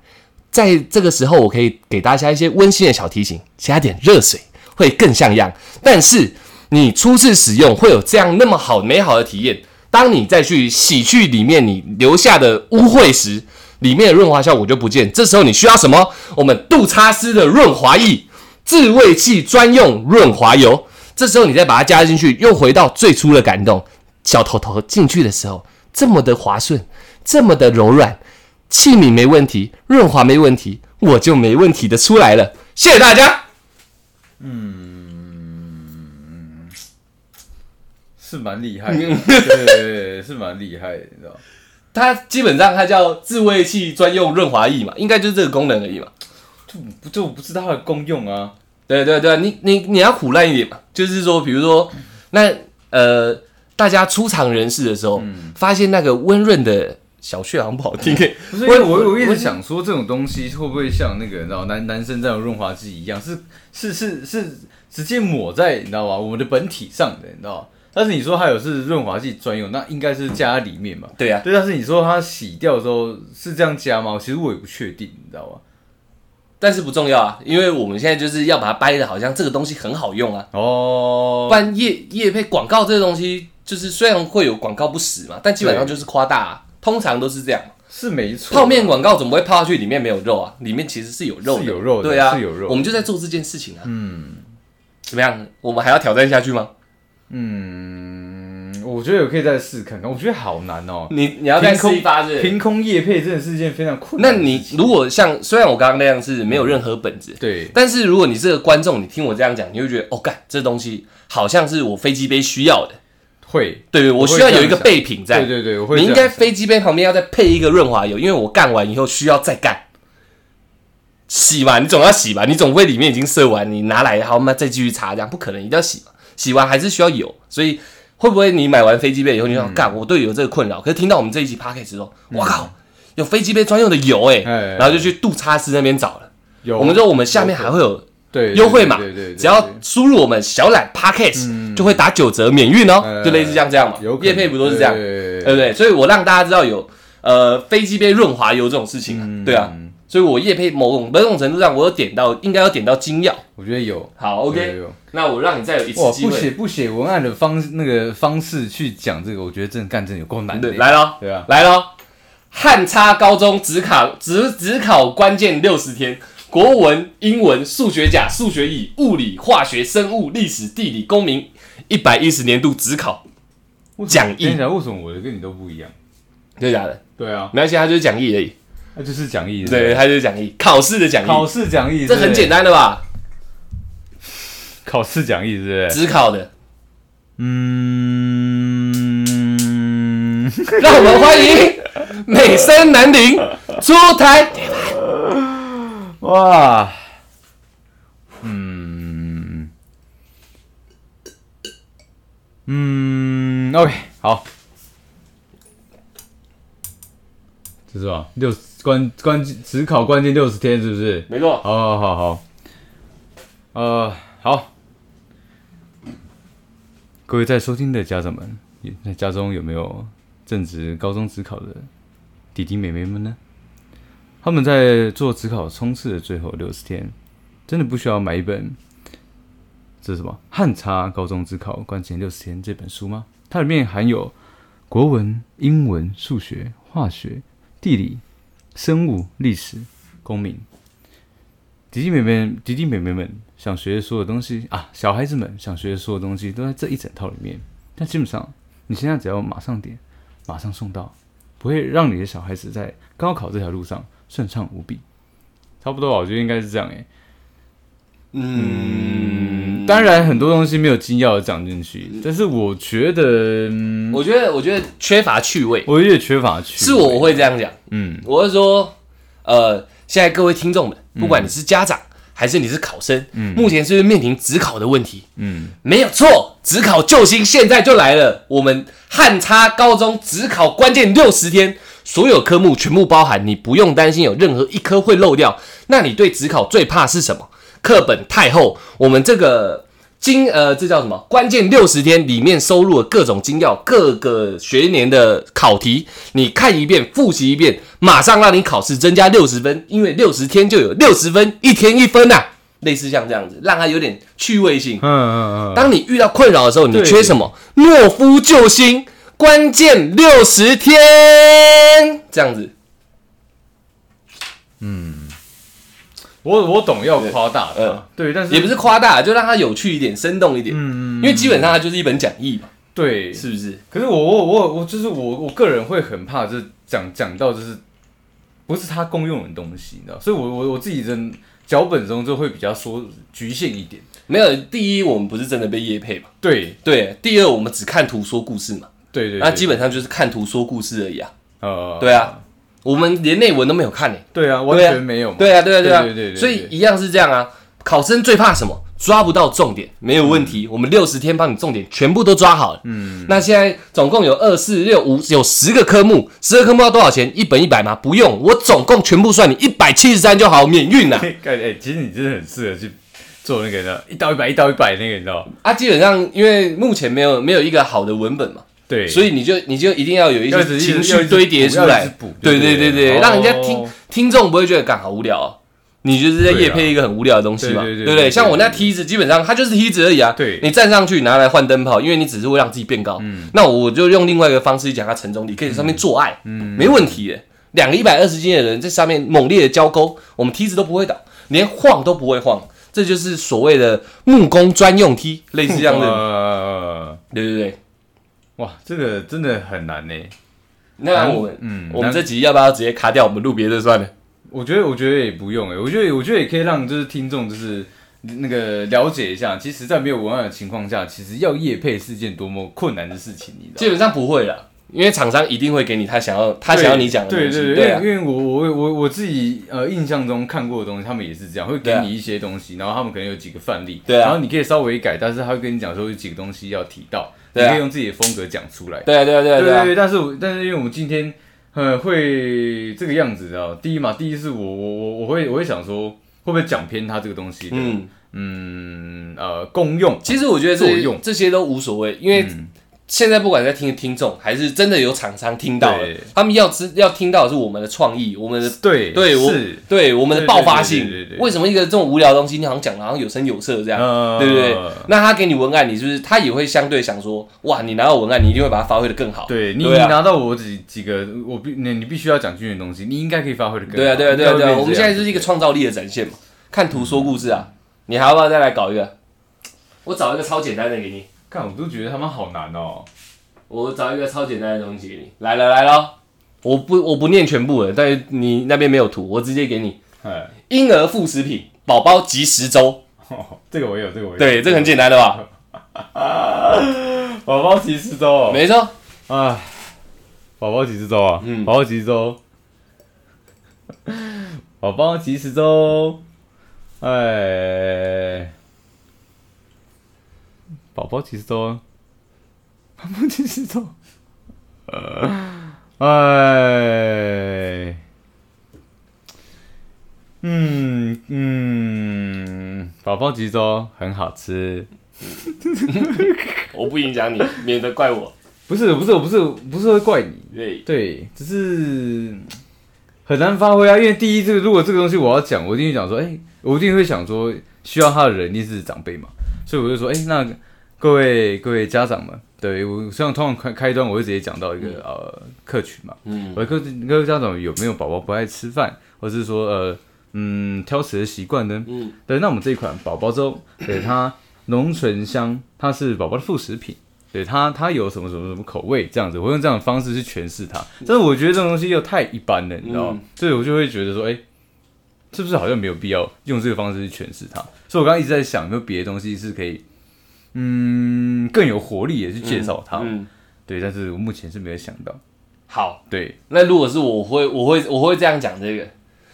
Speaker 1: 在这个时候，我可以给大家一些温馨的小提醒，加点热水会更像样。但是你初次使用会有这样那么好美好的体验，当你再去洗去里面你留下的污秽时，里面的润滑效果就不见。这时候你需要什么？我们杜擦丝的润滑液，自慰器专用润滑油。这时候你再把它加进去，又回到最初的感动。小头头进去的时候，这么的滑顺，这么的柔软，器皿没问题，润滑没问题，我就没问题的出来了。谢谢大家。
Speaker 2: 是蛮厉害的，对对对，是蛮厉害的，你知道吗？
Speaker 1: 它基本上它叫自慰器专用润滑液嘛，应该就是这个功能而已嘛。
Speaker 2: 就嗯不就我不知道它的功用啊，
Speaker 1: 对对对，你你你要苦难一点嘛，就是说，比如说，那呃，大家出场人士的时候，
Speaker 2: 嗯
Speaker 1: 发现那个温润的小穴好像不好听、 欸，
Speaker 2: 不是因为我我一直想说这种东西会不会像那个你知道男男生在用润滑剂一样，是是是是直接抹在你知道吗？我们的本体上的，你知道吗？但是你说还有是润滑剂专用，那应该是加在里面嘛？
Speaker 1: 对呀、啊
Speaker 2: 对，但是你说它洗掉的时候是这样加吗？其实我也不确定，你知道吗？
Speaker 1: 但是不重要啊，因为我们现在就是要把它掰的好像这个东西很好用啊，
Speaker 2: 哦
Speaker 1: 不，然业业配广告这个东西，就是虽然会有广告不实嘛，但基本上就是夸大、
Speaker 2: 嗯
Speaker 1: 啊，通常都是这样。
Speaker 2: 是没错，
Speaker 1: 泡面广告怎么会泡下去里面没有肉啊？里面其实是有肉的，
Speaker 2: 是有肉的
Speaker 1: 对啊，
Speaker 2: 是有肉的
Speaker 1: 我们就在做这件事情啊。
Speaker 2: 嗯
Speaker 1: 怎么样？我们还要挑战下去吗？
Speaker 2: 嗯，我觉得我可以再试看看，我觉得好难哦。
Speaker 1: 你你要再
Speaker 2: 凭空
Speaker 1: 试一发是不是
Speaker 2: 凭空夜配真的是一件非常困
Speaker 1: 那
Speaker 2: 难的事
Speaker 1: 你
Speaker 2: 情。
Speaker 1: 如果像虽然我刚刚那样是没有任何本子，
Speaker 2: 对
Speaker 1: 但是如果你是个观众，你听我这样讲，你会觉得哦，干这东西好像是我飞机杯需要的，
Speaker 2: 会，
Speaker 1: 对我
Speaker 2: 会
Speaker 1: 需要
Speaker 2: 这样
Speaker 1: 有一个
Speaker 2: 想
Speaker 1: 备品在。
Speaker 2: 对对对，我会
Speaker 1: 你
Speaker 2: 这
Speaker 1: 应
Speaker 2: 样
Speaker 1: 该
Speaker 2: 想
Speaker 1: 飞机杯旁边要再配一个润滑油，因为我干完以后需要再干。洗嘛，你总要洗吧，你总不会里面已经射完，你拿来好嘛再继续擦，这样不可能，一定要洗嘛。洗完还是需要油，所以会不会你买完飞机杯以后，你
Speaker 2: 嗯
Speaker 1: 就想干、我对有这个困扰，可是听到我们这一集 p o c a s t 之后，我靠，有飞机杯专用的油哎、
Speaker 2: 哎哎
Speaker 1: 然后就去杜叉师那边找了。
Speaker 2: 有
Speaker 1: 我们说我们下面还会有
Speaker 2: 对
Speaker 1: 优惠码
Speaker 2: 对对对，，嗯
Speaker 1: 只要输入我们小懒 p o c a s t 就会打九折免运哦，就类似像这样嘛
Speaker 2: 呃有，可
Speaker 1: 业
Speaker 2: 能
Speaker 1: 配不都是这样？呃对
Speaker 2: 对
Speaker 1: 不啊对？所以我让大家知道有呃飞机杯润滑油这种事情啊，
Speaker 2: 嗯
Speaker 1: 对啊，所以我叶配某种某种程度上，我有点到，应该要点到金药。
Speaker 2: 我觉得有。
Speaker 1: 好，OK，
Speaker 2: 有
Speaker 1: 那我让你再有一次
Speaker 2: 哇，
Speaker 1: 机
Speaker 2: 不写
Speaker 1: 会，
Speaker 2: 不写文案的方那个方式去讲这个，我觉得真的干真的有够难的
Speaker 1: 对，。来咯，
Speaker 2: 对啊，
Speaker 1: 来咯。汉差高中只考只只考关键六十天，国文、英文、数学甲、数学乙、物理、化学、生物、历史、地理、公民，一百一十年度只考，
Speaker 2: 为什么
Speaker 1: 讲义
Speaker 2: 跟你讲为什么我的跟你都不一样？
Speaker 1: 真的假的？
Speaker 2: 对啊，
Speaker 1: 没关系，他就是讲义而已。
Speaker 2: 那就是讲义。
Speaker 1: 对，
Speaker 2: 不，
Speaker 1: 他就是讲义，考试的讲
Speaker 2: 考
Speaker 1: 义，
Speaker 2: 试讲义，
Speaker 1: 这很简
Speaker 2: 单。
Speaker 1: 单的吧？
Speaker 2: 考试讲义，对不对？
Speaker 1: 只考的。
Speaker 2: 嗯，
Speaker 1: 让我们欢迎美声南宁出台。
Speaker 2: 哇，嗯，嗯，OK，好，这是吧？六十关关只考关键六十天，是不是？
Speaker 1: 没错，
Speaker 2: 好好好好，呃，好，各位在收听的家长们，也在家中有没有正值高中职考的弟弟妹妹们呢？他们在做职考冲刺的最后六十天，真的不需要买一本这是什么《汉差高中职考关键六十天》这本书吗？它里面含有国文、英文、数学、化学、地理、生物、历史、公民。弟弟妹妹、弟弟妹妹们想学所有东西啊，小孩子们想学所有东西都在这一整套里面。但基本上，你现在只要马上点，马上送到，不会让你的小孩子在高考这条路上顺畅无比。差不多吧，我觉得应该是这样诶、欸
Speaker 1: 嗯，
Speaker 2: 当然，很多东西没有精要的讲进去，但是我觉得，嗯、
Speaker 1: 我觉得我觉得缺乏趣味，
Speaker 2: 我有点缺乏趣味。
Speaker 1: 是我我会这样讲，
Speaker 2: 嗯，
Speaker 1: 我是说，呃，现在各位听众们，不管你是家长还是你是考生，目前是面临只考的问题，
Speaker 2: 嗯，
Speaker 1: 没有错，只考救星现在就来了。我们汉差高中只考关键六十天，所有科目全部包含，你不用担心有任何一科会漏掉。那你对只考最怕是什么？课本太厚，我们这个精呃，这叫什么？关键六十天里面收录了各种精要，各个学年的考题，你看一遍，复习一遍，马上让你考试增加六十分，因为六十天就有六十分，一天一分呐、啊类似像这样子，让它有点趣味性。
Speaker 2: 嗯嗯嗯，
Speaker 1: 当你遇到困扰的时候，你
Speaker 2: 对
Speaker 1: 缺什么？懦夫救星，关键六十天，这样子。
Speaker 2: 我我懂要夸大的啊，对，但
Speaker 1: 嗯
Speaker 2: 是
Speaker 1: 也不是夸大，就让它有趣一点，生动一点。
Speaker 2: 嗯
Speaker 1: 因为基本上它就是一本讲义嘛，
Speaker 2: 对，
Speaker 1: 是不是？
Speaker 2: 可是我我我我就是我我个人会很怕，就是讲讲到就是不是他公用的东西，你知道，所以我我我自己的脚本中就会比较说局限一点。
Speaker 1: 没有，第一我们不是真的被业配嘛，
Speaker 2: 对
Speaker 1: 对。第二我们只看图说故事嘛，
Speaker 2: 对对，
Speaker 1: 那基
Speaker 2: 本
Speaker 1: 本上就是看图说故事而已啊。
Speaker 2: 呃
Speaker 1: 对啊，我们连内文都没有看呢、
Speaker 2: 对啊，完
Speaker 1: 对啊
Speaker 2: 全没有嘛。
Speaker 1: 对啊，对啊，
Speaker 2: 对
Speaker 1: 啊，
Speaker 2: 对对对对
Speaker 1: 所以一样是这样啊。考生最怕什么？抓不到重点，没有问
Speaker 2: 嗯
Speaker 1: 题。我们六十天帮你重点全部都抓好了。嗯，那现在总共有二四六五有十个科目，十个科目要多少钱？一本一百吗？不用，我总共全部算你一百七十三就好，免运 啦、啊。
Speaker 2: 干 哎，其实你真的很适合去做那个的，一刀一百，一刀一百那个，你知道吗？
Speaker 1: 啊基本上因为目前没有没有一个好的文本嘛，
Speaker 2: 对，
Speaker 1: 所以你就你就一定要有一
Speaker 2: 要一
Speaker 1: 些
Speaker 2: 直
Speaker 1: 情
Speaker 2: 要一
Speaker 1: 绪
Speaker 2: 直
Speaker 1: 堆叠
Speaker 2: 补
Speaker 1: 出
Speaker 2: 要一
Speaker 1: 来
Speaker 2: 直补。
Speaker 1: 对
Speaker 2: 对
Speaker 1: 对对
Speaker 2: 对
Speaker 1: 对，
Speaker 2: 哦
Speaker 1: 让人家听听众不会觉得干好无聊、哦。你就是在夜配一个很无聊的东西嘛，
Speaker 2: 对啊对对对
Speaker 1: 不对？
Speaker 2: 对
Speaker 1: 像我那梯子，基本上它就是梯子而已啊。
Speaker 2: 对嗯
Speaker 1: 你站上去拿来换灯泡，因为你只是会让自己变高。那我就用另外一个方式讲它沉重力，可以在上面做爱，
Speaker 2: 嗯
Speaker 1: 没问题耶。两个一百二十斤的人在上面猛烈的交勾，我们梯子都不会倒，连晃都不会晃。这就是所谓的木工专用梯，类似这样
Speaker 2: 啊
Speaker 1: 的。
Speaker 2: 呃，
Speaker 1: 对对对，
Speaker 2: 哇，这个真的很难呢。
Speaker 1: 那啊我们
Speaker 2: 嗯
Speaker 1: 我们这集要不要直接卡掉？我们录别的算了。
Speaker 2: 我觉得，我觉得也不用哎、我觉得，我觉得也可以让就是听众就是那个了解一下，其实，在没有文案的情况下，其实要业配是件多么困难的事情，你知道吗？
Speaker 1: 基本上不会了，因为厂商一定会给你他想要他
Speaker 2: 对
Speaker 1: 想要你讲的
Speaker 2: 对
Speaker 1: 东西。
Speaker 2: 对
Speaker 1: 对
Speaker 2: 对，
Speaker 1: 啊
Speaker 2: 因为因为我我我我自己呃印象中看过的东西，他们也是这样，会
Speaker 1: 对
Speaker 2: 给
Speaker 1: 啊
Speaker 2: 你一些东西，然后他们可能有几个范例，
Speaker 1: 对啊
Speaker 2: 然后你可以稍微改，但是他会跟你讲说有几个东西要提到，
Speaker 1: 对啊
Speaker 2: 你可以用自己的风格讲出来。
Speaker 1: 对啊对啊对啊
Speaker 2: 对
Speaker 1: 对啊
Speaker 2: 对，但是我但是因为我们今天呃会这个样子啊，第一嘛，第一是我我我我会我会想说会不会讲偏它这个东西的嗯
Speaker 1: 嗯，
Speaker 2: 呃功用，
Speaker 1: 其实我觉得
Speaker 2: 作
Speaker 1: 这嗯
Speaker 2: 用
Speaker 1: 这些都无所谓，因为现在不管在听的听众，还是真的有厂商听到了
Speaker 2: 对，
Speaker 1: 他们要知要听到的是我们的创意，我们的
Speaker 2: 对
Speaker 1: 对我
Speaker 2: 是
Speaker 1: 对我们的爆发性
Speaker 2: 对对对对对。对
Speaker 1: 为什么一个这种无聊的东西，你好像讲的好像有声有色这样？
Speaker 2: 呃
Speaker 1: 对不对？那他给你文案，你是不是他也会相对想说，哇，你拿到文案，你一定会把它发挥的更好。
Speaker 2: 对你、
Speaker 1: 对
Speaker 2: 你
Speaker 1: 啊
Speaker 2: 拿到我几几个，我必你你必须要讲军人的东西，你应该可以发挥的更好。
Speaker 1: 对啊，对啊，对啊，
Speaker 2: 应
Speaker 1: 对啊！
Speaker 2: 该会变
Speaker 1: 我们
Speaker 2: 这
Speaker 1: 现
Speaker 2: 样
Speaker 1: 在就是一个创造力的展现嘛，看图说故事啊。你还要不要再来搞一个？我找一个超简单的给你，
Speaker 2: 看，我都觉得他们好难哦。
Speaker 1: 我找一个超简单的东西给你。来了来了，我不我不念全部了，但是你那边没有图，我直接给你
Speaker 2: 哎，
Speaker 1: 婴儿副食品宝宝即食粥。
Speaker 2: 这个我有，这个我有。
Speaker 1: 对，这个很简单的吧？
Speaker 2: 宝宝骑士周，
Speaker 1: 没错，
Speaker 2: 哎，宝宝骑士周啊，
Speaker 1: 嗯
Speaker 2: 宝宝骑士周， 宝宝骑士周，哎，宝宝骑士周，宝宝骑士 周，呃，哎，嗯嗯，宝宝骑士周很好吃。
Speaker 1: 我不影响你，免得怪我。
Speaker 2: 不是不是我不是不是会怪你，
Speaker 1: 对，
Speaker 2: 对，只是嗯很难发挥啊。因为第一，这个如果这个东西我要讲，我一定会讲说，哎、我一定会想说，需要他的人一定是长辈嘛，所以我就说，哎、那各位各位家长们，对我虽然通常开开端我会直接讲到一个、呃客群嘛，
Speaker 1: 嗯，
Speaker 2: 我各各位家长有没有宝宝不爱吃饭，或是说呃嗯挑食的习惯呢？
Speaker 1: 嗯，
Speaker 2: 对，那我们这一款宝宝粥，对它浓醇香，它是宝宝的副食品。对它，它有什么什么什么口味这样子，我用这样的方式去诠释它。但是我觉得这种东西又太一般了，你知道吗？
Speaker 1: 嗯
Speaker 2: 所以我就会觉得说，哎、是不是好像没有必要用这个方式去诠释它？所以我刚刚一直在想，有没有别的东西是可以，嗯，更有活力的去介绍它？
Speaker 1: 嗯，
Speaker 2: 对，但是我目前是没有想到。
Speaker 1: 好，
Speaker 2: 对，
Speaker 1: 那如果是我会，我会，我会这样讲这个。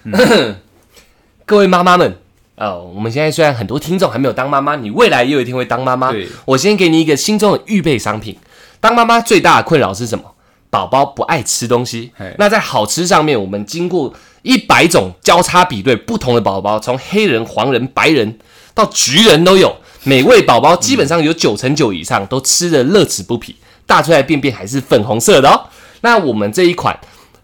Speaker 2: 嗯
Speaker 1: 各位妈妈们，哦，我们现在虽然很多听众还没有当妈妈，你未来也有一天会当妈妈
Speaker 2: 对。
Speaker 1: 我先给你一个心中的预备商品。当妈妈最大的困扰是什么？宝宝不爱吃东西
Speaker 2: 嘿。
Speaker 1: 那在好吃上面，我们经过一百种交叉比对，不同的宝宝，从黑人、黄人、白人到橘人都有。每位宝宝基本上有九成九以上都吃的乐此不疲，大出来的便便还是粉红色的哦。那我们这一款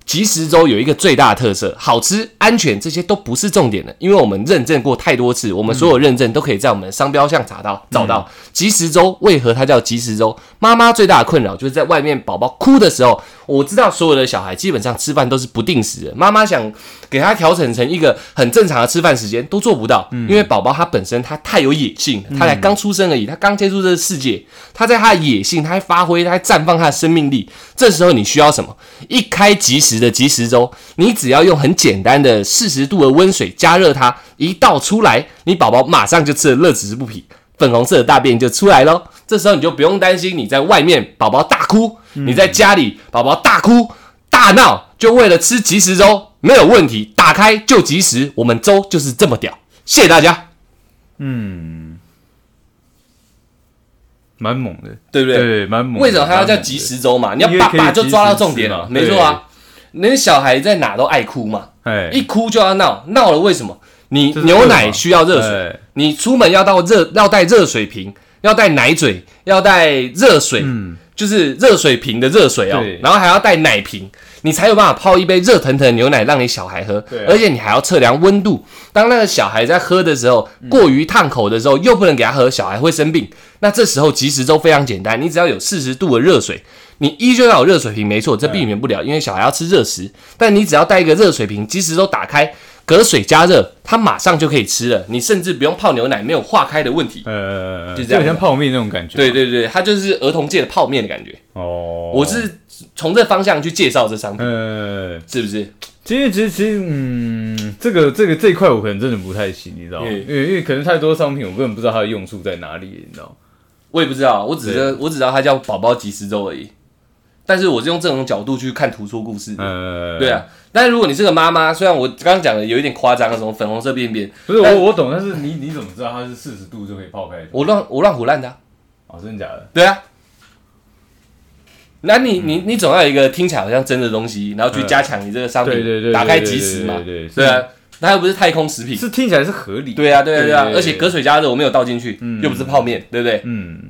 Speaker 1: 即食粥有一个最大的特色，好吃、安全，这些都不是重点的，因为我们认证过太多次，我们所有认证都可以在我们的商标上查到找到。即食粥为何它叫即食粥？妈妈最大的困扰就是在外面宝宝哭的时候，我知道所有的小孩基本上吃饭都是不定时的，妈妈想给他调整成一个很正常的吃饭时间都做不到，因为宝宝他本身他太有野性，他才刚出生而已，他刚接触这个世界，他在他的野性，他在发挥，他在绽放他的生命力。这时候你需要什么？一开即时食的即食粥，你只要用很简单的四十度的温水加热它，一倒出来，你宝宝马上就吃得乐此不疲，粉红色的大便就出来喽。这时候你就不用担心你在外面宝宝大哭，你在家里宝宝大哭大闹，就为了吃即食粥没有问题，打开就即食，我们粥就是这么屌。谢谢大家，
Speaker 2: 蛮猛的，
Speaker 1: 对不对？
Speaker 2: 对，蛮猛的。
Speaker 1: 为什么它要叫
Speaker 2: 蛮猛的
Speaker 1: 及？时粥嘛？你要
Speaker 2: 因为
Speaker 1: 爸
Speaker 2: 可以
Speaker 1: 爸就抓到
Speaker 2: 及时
Speaker 1: 重点
Speaker 2: 吃
Speaker 1: 了
Speaker 2: 嘛，
Speaker 1: 没错啊。那些小孩在哪都爱哭嘛，
Speaker 2: 哎，
Speaker 1: 一哭就要闹，闹了为什么？你
Speaker 2: 就是
Speaker 1: 牛
Speaker 2: 热
Speaker 1: 奶
Speaker 2: 嘛
Speaker 1: 需要热水，
Speaker 2: 对
Speaker 1: 你出门要到热要带热水瓶，要带奶嘴，要带热水，就是热水瓶的热水哦
Speaker 2: 嗯对，
Speaker 1: 然后还要带奶瓶，你才有办法泡一杯热腾腾的牛奶让你小孩喝
Speaker 2: 对啊，
Speaker 1: 而且你还要测量温度。当那个小孩在喝的时候，过于烫口的时候，又不能给他喝，小孩会生病。那这时候即食粥非常简单，你只要有四十度的热水，你依旧要有热水瓶，没错，这避免不了，因为小孩要吃热食。但你只要带一个热水瓶，即食粥打开，隔水加热，它马上就可以吃了，你甚至不用泡牛奶，没有化开的问题。
Speaker 2: 呃，
Speaker 1: 就这
Speaker 2: 就
Speaker 1: 样
Speaker 2: 很像泡面那种感觉。
Speaker 1: 对，对对，它就是儿童界的泡面的感觉。
Speaker 2: 哦，
Speaker 1: 我是从这方向去介绍这商品，
Speaker 2: 呃，
Speaker 1: 是不是？
Speaker 2: 其实其实其实，嗯，这个这个这一块我可能真的不太行，你知道吗？
Speaker 1: 嗯
Speaker 2: 因为因为可能太多商品，我根本不知道它的用处在哪里，你知道吗？
Speaker 1: 我也不知道，我只是我只知道它叫宝宝即食粥而已。但是我是用这种角度去看图说故事的。
Speaker 2: 呃，
Speaker 1: 对，啊，但是如果你是个妈妈，虽然我刚刚讲的有一点夸张，什么粉红色便便，
Speaker 2: 不是
Speaker 1: 但
Speaker 2: 我我懂，但是你你怎么知道它是四十度就可以泡开的？
Speaker 1: 我乱我乱胡乱的啊、
Speaker 2: 哦，真的假的？
Speaker 1: 对啊。那
Speaker 2: 嗯
Speaker 1: 你你你总要有一个听起来好像真的东西，然后去加强你这个商
Speaker 2: 对对
Speaker 1: 品，
Speaker 2: 对
Speaker 1: 打开
Speaker 2: 对对
Speaker 1: 即时嘛
Speaker 2: 对对对，
Speaker 1: 对啊，那又不是太空食品，
Speaker 2: 是听起来是合理。，
Speaker 1: 对啊对啊对啊
Speaker 2: 对，对
Speaker 1: 而且隔水加热我没有倒进去，又不是泡面，对不对？
Speaker 2: 嗯，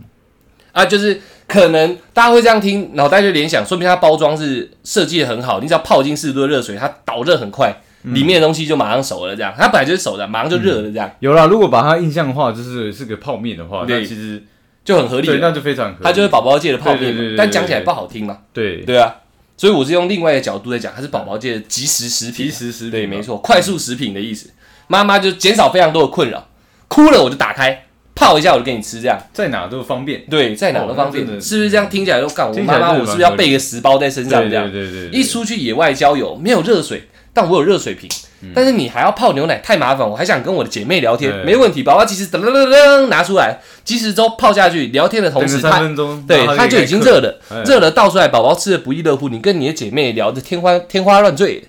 Speaker 1: 啊，就是可能大家会这样听，脑袋就联想，说明它包装是设计的很好，你只要泡进适度的热水，它导热很快，
Speaker 2: 嗯
Speaker 1: 里面的东西就马上熟了，这样，它本来就是熟的，马上就热了，这样
Speaker 2: 有啦。如果把它印象化，就是是个泡面的话，
Speaker 1: 对
Speaker 2: 那其实
Speaker 1: 就很合理
Speaker 2: 对，
Speaker 1: 了，
Speaker 2: 那就非常合理。
Speaker 1: 它就是宝宝界的泡
Speaker 2: 对
Speaker 1: 面
Speaker 2: 对对
Speaker 1: 嘛
Speaker 2: 对对，
Speaker 1: 但讲起来不好听嘛，
Speaker 2: 对
Speaker 1: 对啊，所以我是用另外一个角度在讲，它是宝宝界的即食食品
Speaker 2: 即，时食品嘛，
Speaker 1: 对，没错，快速食品的意思，妈妈就减少非常多的困扰，哭了我就打开泡一下，我就给你吃，这样。
Speaker 2: 在哪都方便。
Speaker 1: 对，在哪个
Speaker 2: 哦
Speaker 1: 方
Speaker 2: 那真
Speaker 1: 便？
Speaker 2: 的
Speaker 1: 是不是这样听起来都干？我
Speaker 2: 听起
Speaker 1: 妈
Speaker 2: 来
Speaker 1: 妈，
Speaker 2: 真的
Speaker 1: 我
Speaker 2: 蛮
Speaker 1: 是不是要
Speaker 2: 合理
Speaker 1: 备个十包在身上
Speaker 2: 对
Speaker 1: 这样
Speaker 2: 对？对对，对
Speaker 1: 一出去野外郊游没有热水，但我有热水瓶，但是你还要泡牛奶，太麻烦。我还想跟我的姐妹聊天，
Speaker 2: 嗯对
Speaker 1: 没问题。宝宝即时噔噔噔噔拿出来，即时粥泡下去，聊天的同
Speaker 2: 等个
Speaker 1: 时
Speaker 2: 三
Speaker 1: 它。
Speaker 2: 分钟，
Speaker 1: 对，
Speaker 2: 然后
Speaker 1: 它就
Speaker 2: 可以
Speaker 1: 已经
Speaker 2: 刻
Speaker 1: 热了
Speaker 2: 哎，
Speaker 1: 热了倒出来，宝宝吃的不亦乐乎。你跟你的姐妹聊的天花天花乱坠，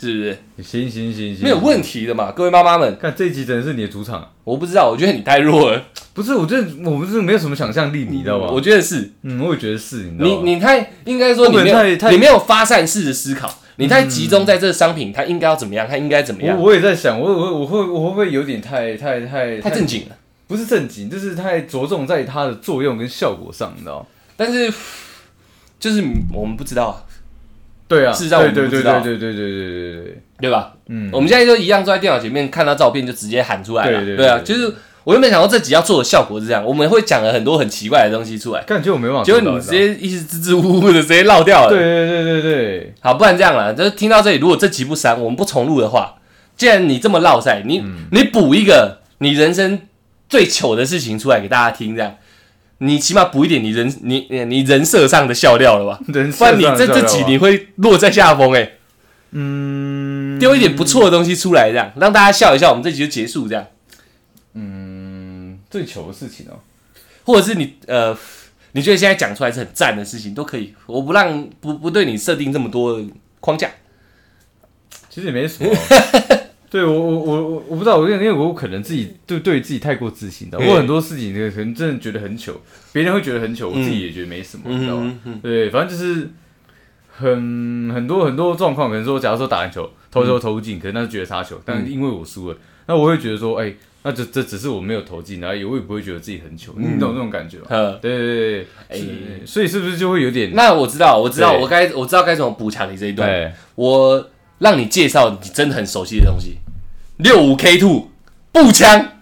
Speaker 1: 是不是
Speaker 2: 行行行行，
Speaker 1: 没有问题的嘛？各位妈妈们，
Speaker 2: 看这一集真的是你的主场啊，
Speaker 1: 我不知道，我觉得你太弱了，
Speaker 2: 不是？我觉得我们是没有什么想象力，你知道吧？
Speaker 1: 我觉得是，
Speaker 2: 嗯，我也觉得是，你知
Speaker 1: 你
Speaker 2: 道吗？
Speaker 1: 你太应该说你没
Speaker 2: 不能太
Speaker 1: 有
Speaker 2: 太嗯
Speaker 1: 你没有发散式的思考，你太集中在这个商品，它应该要怎么样，它应该怎么
Speaker 2: 我
Speaker 1: 样，
Speaker 2: 我也在想，我我我会我会不会有点太太太
Speaker 1: 太正，经了。
Speaker 2: 不是正经，就是太着重在它的作用跟效果上，你知道吗？
Speaker 1: 但是就是我们不知道啊，
Speaker 2: 对啊，
Speaker 1: 事实上我们
Speaker 2: 对
Speaker 1: 不
Speaker 2: 对
Speaker 1: 知
Speaker 2: 对
Speaker 1: 道哦
Speaker 2: 对对对对对对对，
Speaker 1: 对吧？
Speaker 2: 嗯，
Speaker 1: 我们现在就一样坐在电脑前面看到照片就直接喊出来了，
Speaker 2: 对对对
Speaker 1: 对啊，
Speaker 2: 对
Speaker 1: 就是我原本想到这集要做的效果是这样，我们会讲了很多很奇怪的东西出来，
Speaker 2: 感觉我没办法
Speaker 1: 结
Speaker 2: 做
Speaker 1: 果
Speaker 2: 到，
Speaker 1: 你直
Speaker 2: 哦知道吗
Speaker 1: 接一直支支吾吾的直接绕掉了。
Speaker 2: 对对对对对，
Speaker 1: 好，不然这样啦，就是听到这里，如果这集不删，我们不重录的话，既然你这么落塞，你、
Speaker 2: 嗯
Speaker 1: 你补一个你人生最糗的事情出来给大家听，这样你起码补一点你人你你你人设上的笑料了吧？
Speaker 2: 人
Speaker 1: 不然你
Speaker 2: 设上
Speaker 1: 这
Speaker 2: 的啊
Speaker 1: 这
Speaker 2: 效
Speaker 1: 集
Speaker 2: 果
Speaker 1: 你会落在下风哎、
Speaker 2: 嗯
Speaker 1: 丢一点不错的东西出来，这样让大家笑一笑，我们这集就结束这样，
Speaker 2: 嗯最糗的事情哦，
Speaker 1: 或者是你呃。你觉得现在讲出来是很赞的事情，都可以。我不让不不对你设定这么多的框架，
Speaker 2: 其实也没 什么。对我我我我我不知道，我因为因为我可能自己对对自己太过自信，你知道吗
Speaker 1: 嗯
Speaker 2: 我很多事情可能真的觉得很糗，别人会觉得很
Speaker 1: 嗯
Speaker 2: 糗，我自己也觉得没什么，你知道吗？对，反正就是很很多很多状况，可能说，假如说打篮球投一投投不进，可能那是觉得杀球，但
Speaker 1: 嗯
Speaker 2: 因为我输了，那我会觉得说，哎、那这这只是我没有投进，然后也我也不会觉得自己很糗，
Speaker 1: 嗯
Speaker 2: 你懂那种感觉吗？
Speaker 1: 呃，
Speaker 2: 对对对，是所以是不是就会有点
Speaker 1: 那我知道，我知道，
Speaker 2: 对
Speaker 1: 我该我知道该怎么补强你这一段。
Speaker 2: 对啊
Speaker 1: 我让你介绍你真的很熟悉的东西，六五 K two 步枪，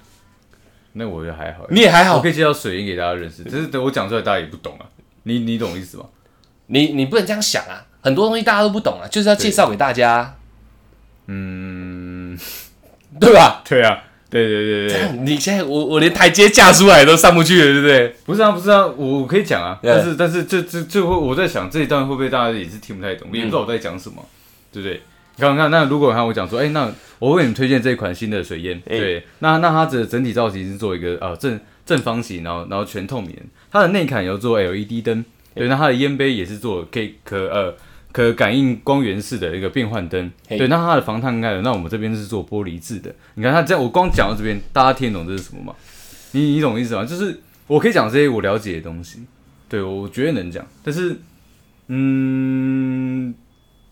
Speaker 2: 那我觉得还好，
Speaker 1: 你也还
Speaker 2: 我
Speaker 1: 好
Speaker 2: 可，以介绍水银给大家认识，只是等我讲出来大家也不懂啊。你你懂意思吗？
Speaker 1: 你你不能这样想啊，很多东西大家都不懂啊，就是要介绍给大家，
Speaker 2: 嗯，
Speaker 1: 对吧？
Speaker 2: 对啊，对对对对，
Speaker 1: 你现在我我连台阶架出来都上不去了，对不对？
Speaker 2: 不是啊不是啊，我我可以讲啊，
Speaker 1: 对
Speaker 2: 但是但是这这这会我在想这一段会不会大家也是听不太懂，也不知道我在讲什么。对不对？你看，看，那如果看我讲说，哎、那我为你们推荐这一款新的水烟，
Speaker 1: 哎
Speaker 2: 对，那那它的整体造型是做一个呃正正方形，然后然后全透明，它的内砍有做 LED 灯，对，那它的烟杯也是做可以可呃可感应光源式的一个变换灯，
Speaker 1: 嘿
Speaker 2: 对，那它的防烫盖的，那我们这边是做玻璃制的，你看它这样，我光讲到这边，大家听得懂这是什么吗？你你懂意思吗？就是我可以讲这些我了解的东西，对我绝对能讲，但是嗯，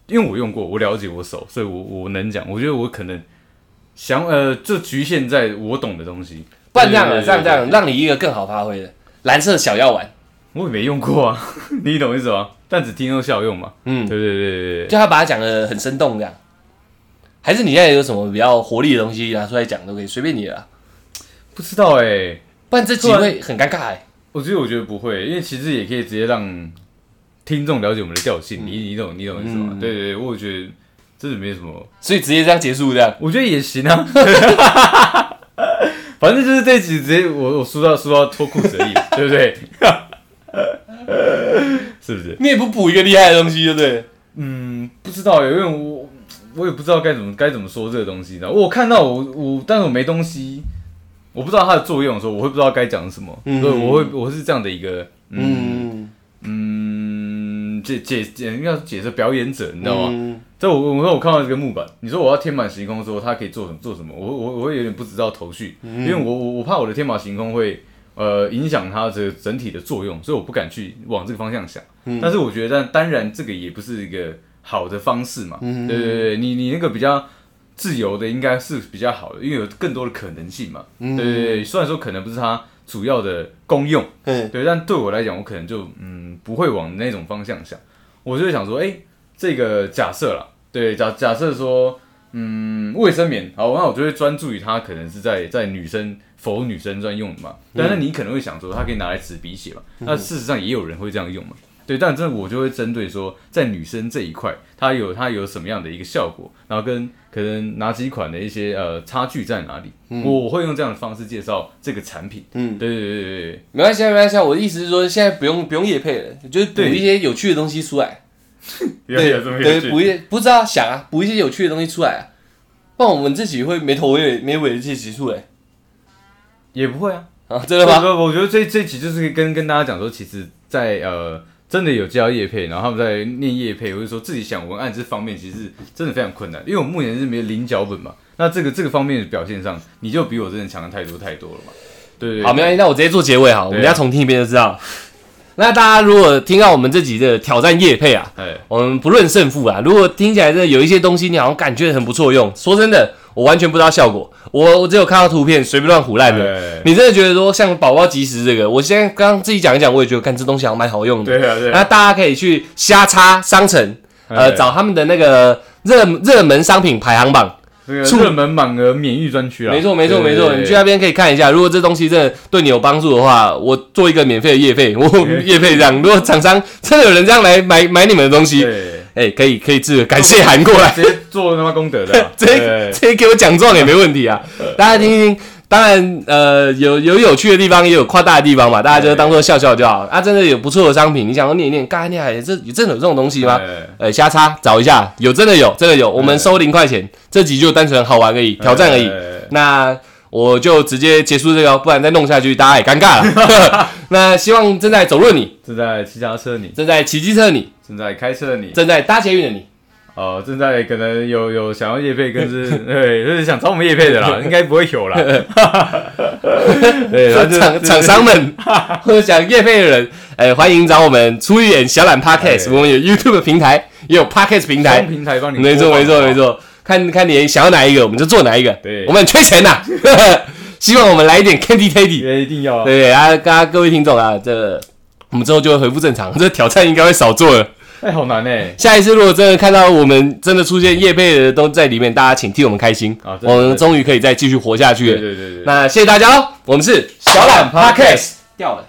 Speaker 2: 因为我用过，我了解我手，所以我我能讲，我觉得我可能想呃，就局限在我懂的东西，
Speaker 1: 不然这样了，啊
Speaker 2: 对
Speaker 1: 这样这，
Speaker 2: 对对
Speaker 1: 样，
Speaker 2: 对
Speaker 1: 让你一个更好发挥的蓝色小药丸，
Speaker 2: 对我也没用过啊， 你懂意思吗？但只听说效用嘛，
Speaker 1: 嗯
Speaker 2: 对，对对对对对，
Speaker 1: 就他把它讲的很生动这样。还是你现在有什么比较活力的东西拿出来讲都可以，随便你了啦。
Speaker 2: 不知道哎、
Speaker 1: 不然这集会很尴尬哎、
Speaker 2: 我觉得我觉得不会，因为其实也可以直接让听众了解我们的调性，你你懂你懂意思吗？
Speaker 1: 嗯
Speaker 2: 对对对，我觉得这是没什么。
Speaker 1: 所以直接这样结束这样。
Speaker 2: 我觉得也行啊。 反正就是这一集直接我我输到输到脱裤子而已，对不对？ 是不是？
Speaker 1: 你也不补一个厉害的东西，对不对？
Speaker 2: 嗯，不知道耶，因为我我也不知道该怎么该怎么说这个东西你知道我看到我我，但是我没东西，我不知道它的作用的时候，我会不知道该讲什么，
Speaker 1: 嗯
Speaker 2: 所以我会我是这样的一个
Speaker 1: 嗯，
Speaker 2: 嗯解解解，应该是解释表演者，你
Speaker 1: 你
Speaker 2: 知道吗？
Speaker 1: 嗯
Speaker 2: 这我我说我看到这个木板，你说我要天马行空的时候，它可以做什么做什么？我我我会有点不知道头绪，
Speaker 1: 嗯
Speaker 2: 因为我我我怕我的天马行空会呃影响它的整体的作用，所以我不敢去往这个方向想。
Speaker 1: 嗯
Speaker 2: 但是我觉得，但当然这个也不是一个好的方式嘛。
Speaker 1: 嗯
Speaker 2: 对对对，你你那个比较自由的应该是比较好的，因为有更多的可能性嘛。
Speaker 1: 嗯
Speaker 2: 对对对，虽然说可能不是它主要的功用，
Speaker 1: 嗯
Speaker 2: 对，但对我来讲，我可能就嗯不会往那种方向想，我就会想说，哎、这个假设啦，对，假假设说，嗯，卫生棉，好，那我就会专注于它可能是在在女生否女生专用的嘛，但是你可能会想说，它可以拿来止鼻血嘛，那事实上也有人会这样用嘛。对，但这我就会针对说，在女生这一块，它有它有什么样的一个效果，然后跟可能哪几款的一些呃差距在哪里，我会用这样的方式介绍这个产品。
Speaker 1: 嗯，
Speaker 2: 对对对对对，
Speaker 1: 没关系啊，没关系啊。我的意思是说，现在不用不用夜配了，就是补
Speaker 2: 对
Speaker 1: 一些有趣的东西出来。对
Speaker 2: 对
Speaker 1: 对，补一些不知道想啊，补一些有趣的东西出来啊。不然我们自己会没头没尾没尾的这集出来
Speaker 2: 也不会啊，
Speaker 1: 啊，真的吗？
Speaker 2: 不不，我觉得这这集就是跟跟大家讲说，其实在，呃真的有接到叶配，然后他们在念叶配，或者说自己想文案这方面，其实真的非常困难，因为我目前是没有零脚本嘛。那这个这个方面的表现上，你就比我真的强太多太多了嘛。对对对
Speaker 1: 好，没关系，那我直接做结尾好，我们
Speaker 2: 对啊
Speaker 1: 要重听一遍就知道了。那大家如果听到我们这集的挑战夜配啊，
Speaker 2: 哎，
Speaker 1: 我们不论胜负啊，如果听起来真的有一些东西，你好像感觉很不错用，说真的，我完全不知道效果，我我只有看到图片随便乱胡乱的。
Speaker 2: 对
Speaker 1: 你真的觉得说像宝宝即时这个，我现在刚刚自己讲一讲，我也觉得看这东西好像蛮好用的。
Speaker 2: 对啊对啊
Speaker 1: 那大家可以去瞎插商城，呃，
Speaker 2: 对
Speaker 1: 找他们的那个热热门商品排行榜。
Speaker 2: 那个热门满额免疫专区啊，
Speaker 1: 没错，没错，没
Speaker 2: 对对对
Speaker 1: 错，你
Speaker 2: 对
Speaker 1: 去那边可以看一下。如果这东西真的对你有帮助的话，我做一个免费的业费，我业费这样。如果厂商真的有人这样来买买你们的东西，
Speaker 2: 对，
Speaker 1: 哎、可以可以自感谢函过来。，
Speaker 2: 直接做他妈功德的啊
Speaker 1: 直接
Speaker 2: 对
Speaker 1: 直接给我奖状也没问题啊！大家听一听，当然呃有有有趣的地方，也有夸大的地方嘛，大家就当做笑笑就好。啊，真的有不错的商品，你想要念一念，干你还这真的有这种东西吗？
Speaker 2: 对
Speaker 1: 呃，瞎插找一下，有真的有，真的有，我们收零块钱，这集就单纯好玩而已，挑战而已
Speaker 2: 对。对对
Speaker 1: 那我就直接结束这个哦，不然再弄下去大家也尴尬 了。 那希望正在走路的你，
Speaker 2: 正在骑脚踏车的你，
Speaker 1: 正在骑机车的你，
Speaker 2: 正在开车的你，
Speaker 1: 正在搭捷运的你，
Speaker 2: 哦，正在可能有有想要叶配，跟是 对，就是想找我们叶配 的啦，应该不会有啦。对，然后就
Speaker 1: 厂厂商，们 或者想业配的人，哎、欢迎找我们出一点小懒 podcast，
Speaker 2: 哎
Speaker 1: 我们有 YouTube 平台，也有 podcast 平
Speaker 2: 双
Speaker 1: 台，
Speaker 2: 平台帮你，
Speaker 1: 没错没错没。错，看看你想要哪一个，我们就做哪一个。
Speaker 2: 对
Speaker 1: 我们很缺钱呐、 希望我们来一点 Candy Teddy。
Speaker 2: 也一定要啊，
Speaker 1: 对啊，大家各位听众啊，这我们之后就会恢复正常， 这挑战应该会少做了。
Speaker 2: 哎，好难哎，
Speaker 1: 下一次如果真的看到我们真的出现叶配的都在里面，大家请替我们开心，
Speaker 2: 啊对
Speaker 1: 我们
Speaker 2: 对对
Speaker 1: 终于可以再继续活下去
Speaker 2: 对
Speaker 1: 了。
Speaker 2: 对对对，
Speaker 1: 哦那谢谢大家喽，我们是小懒 Podcast 掉了。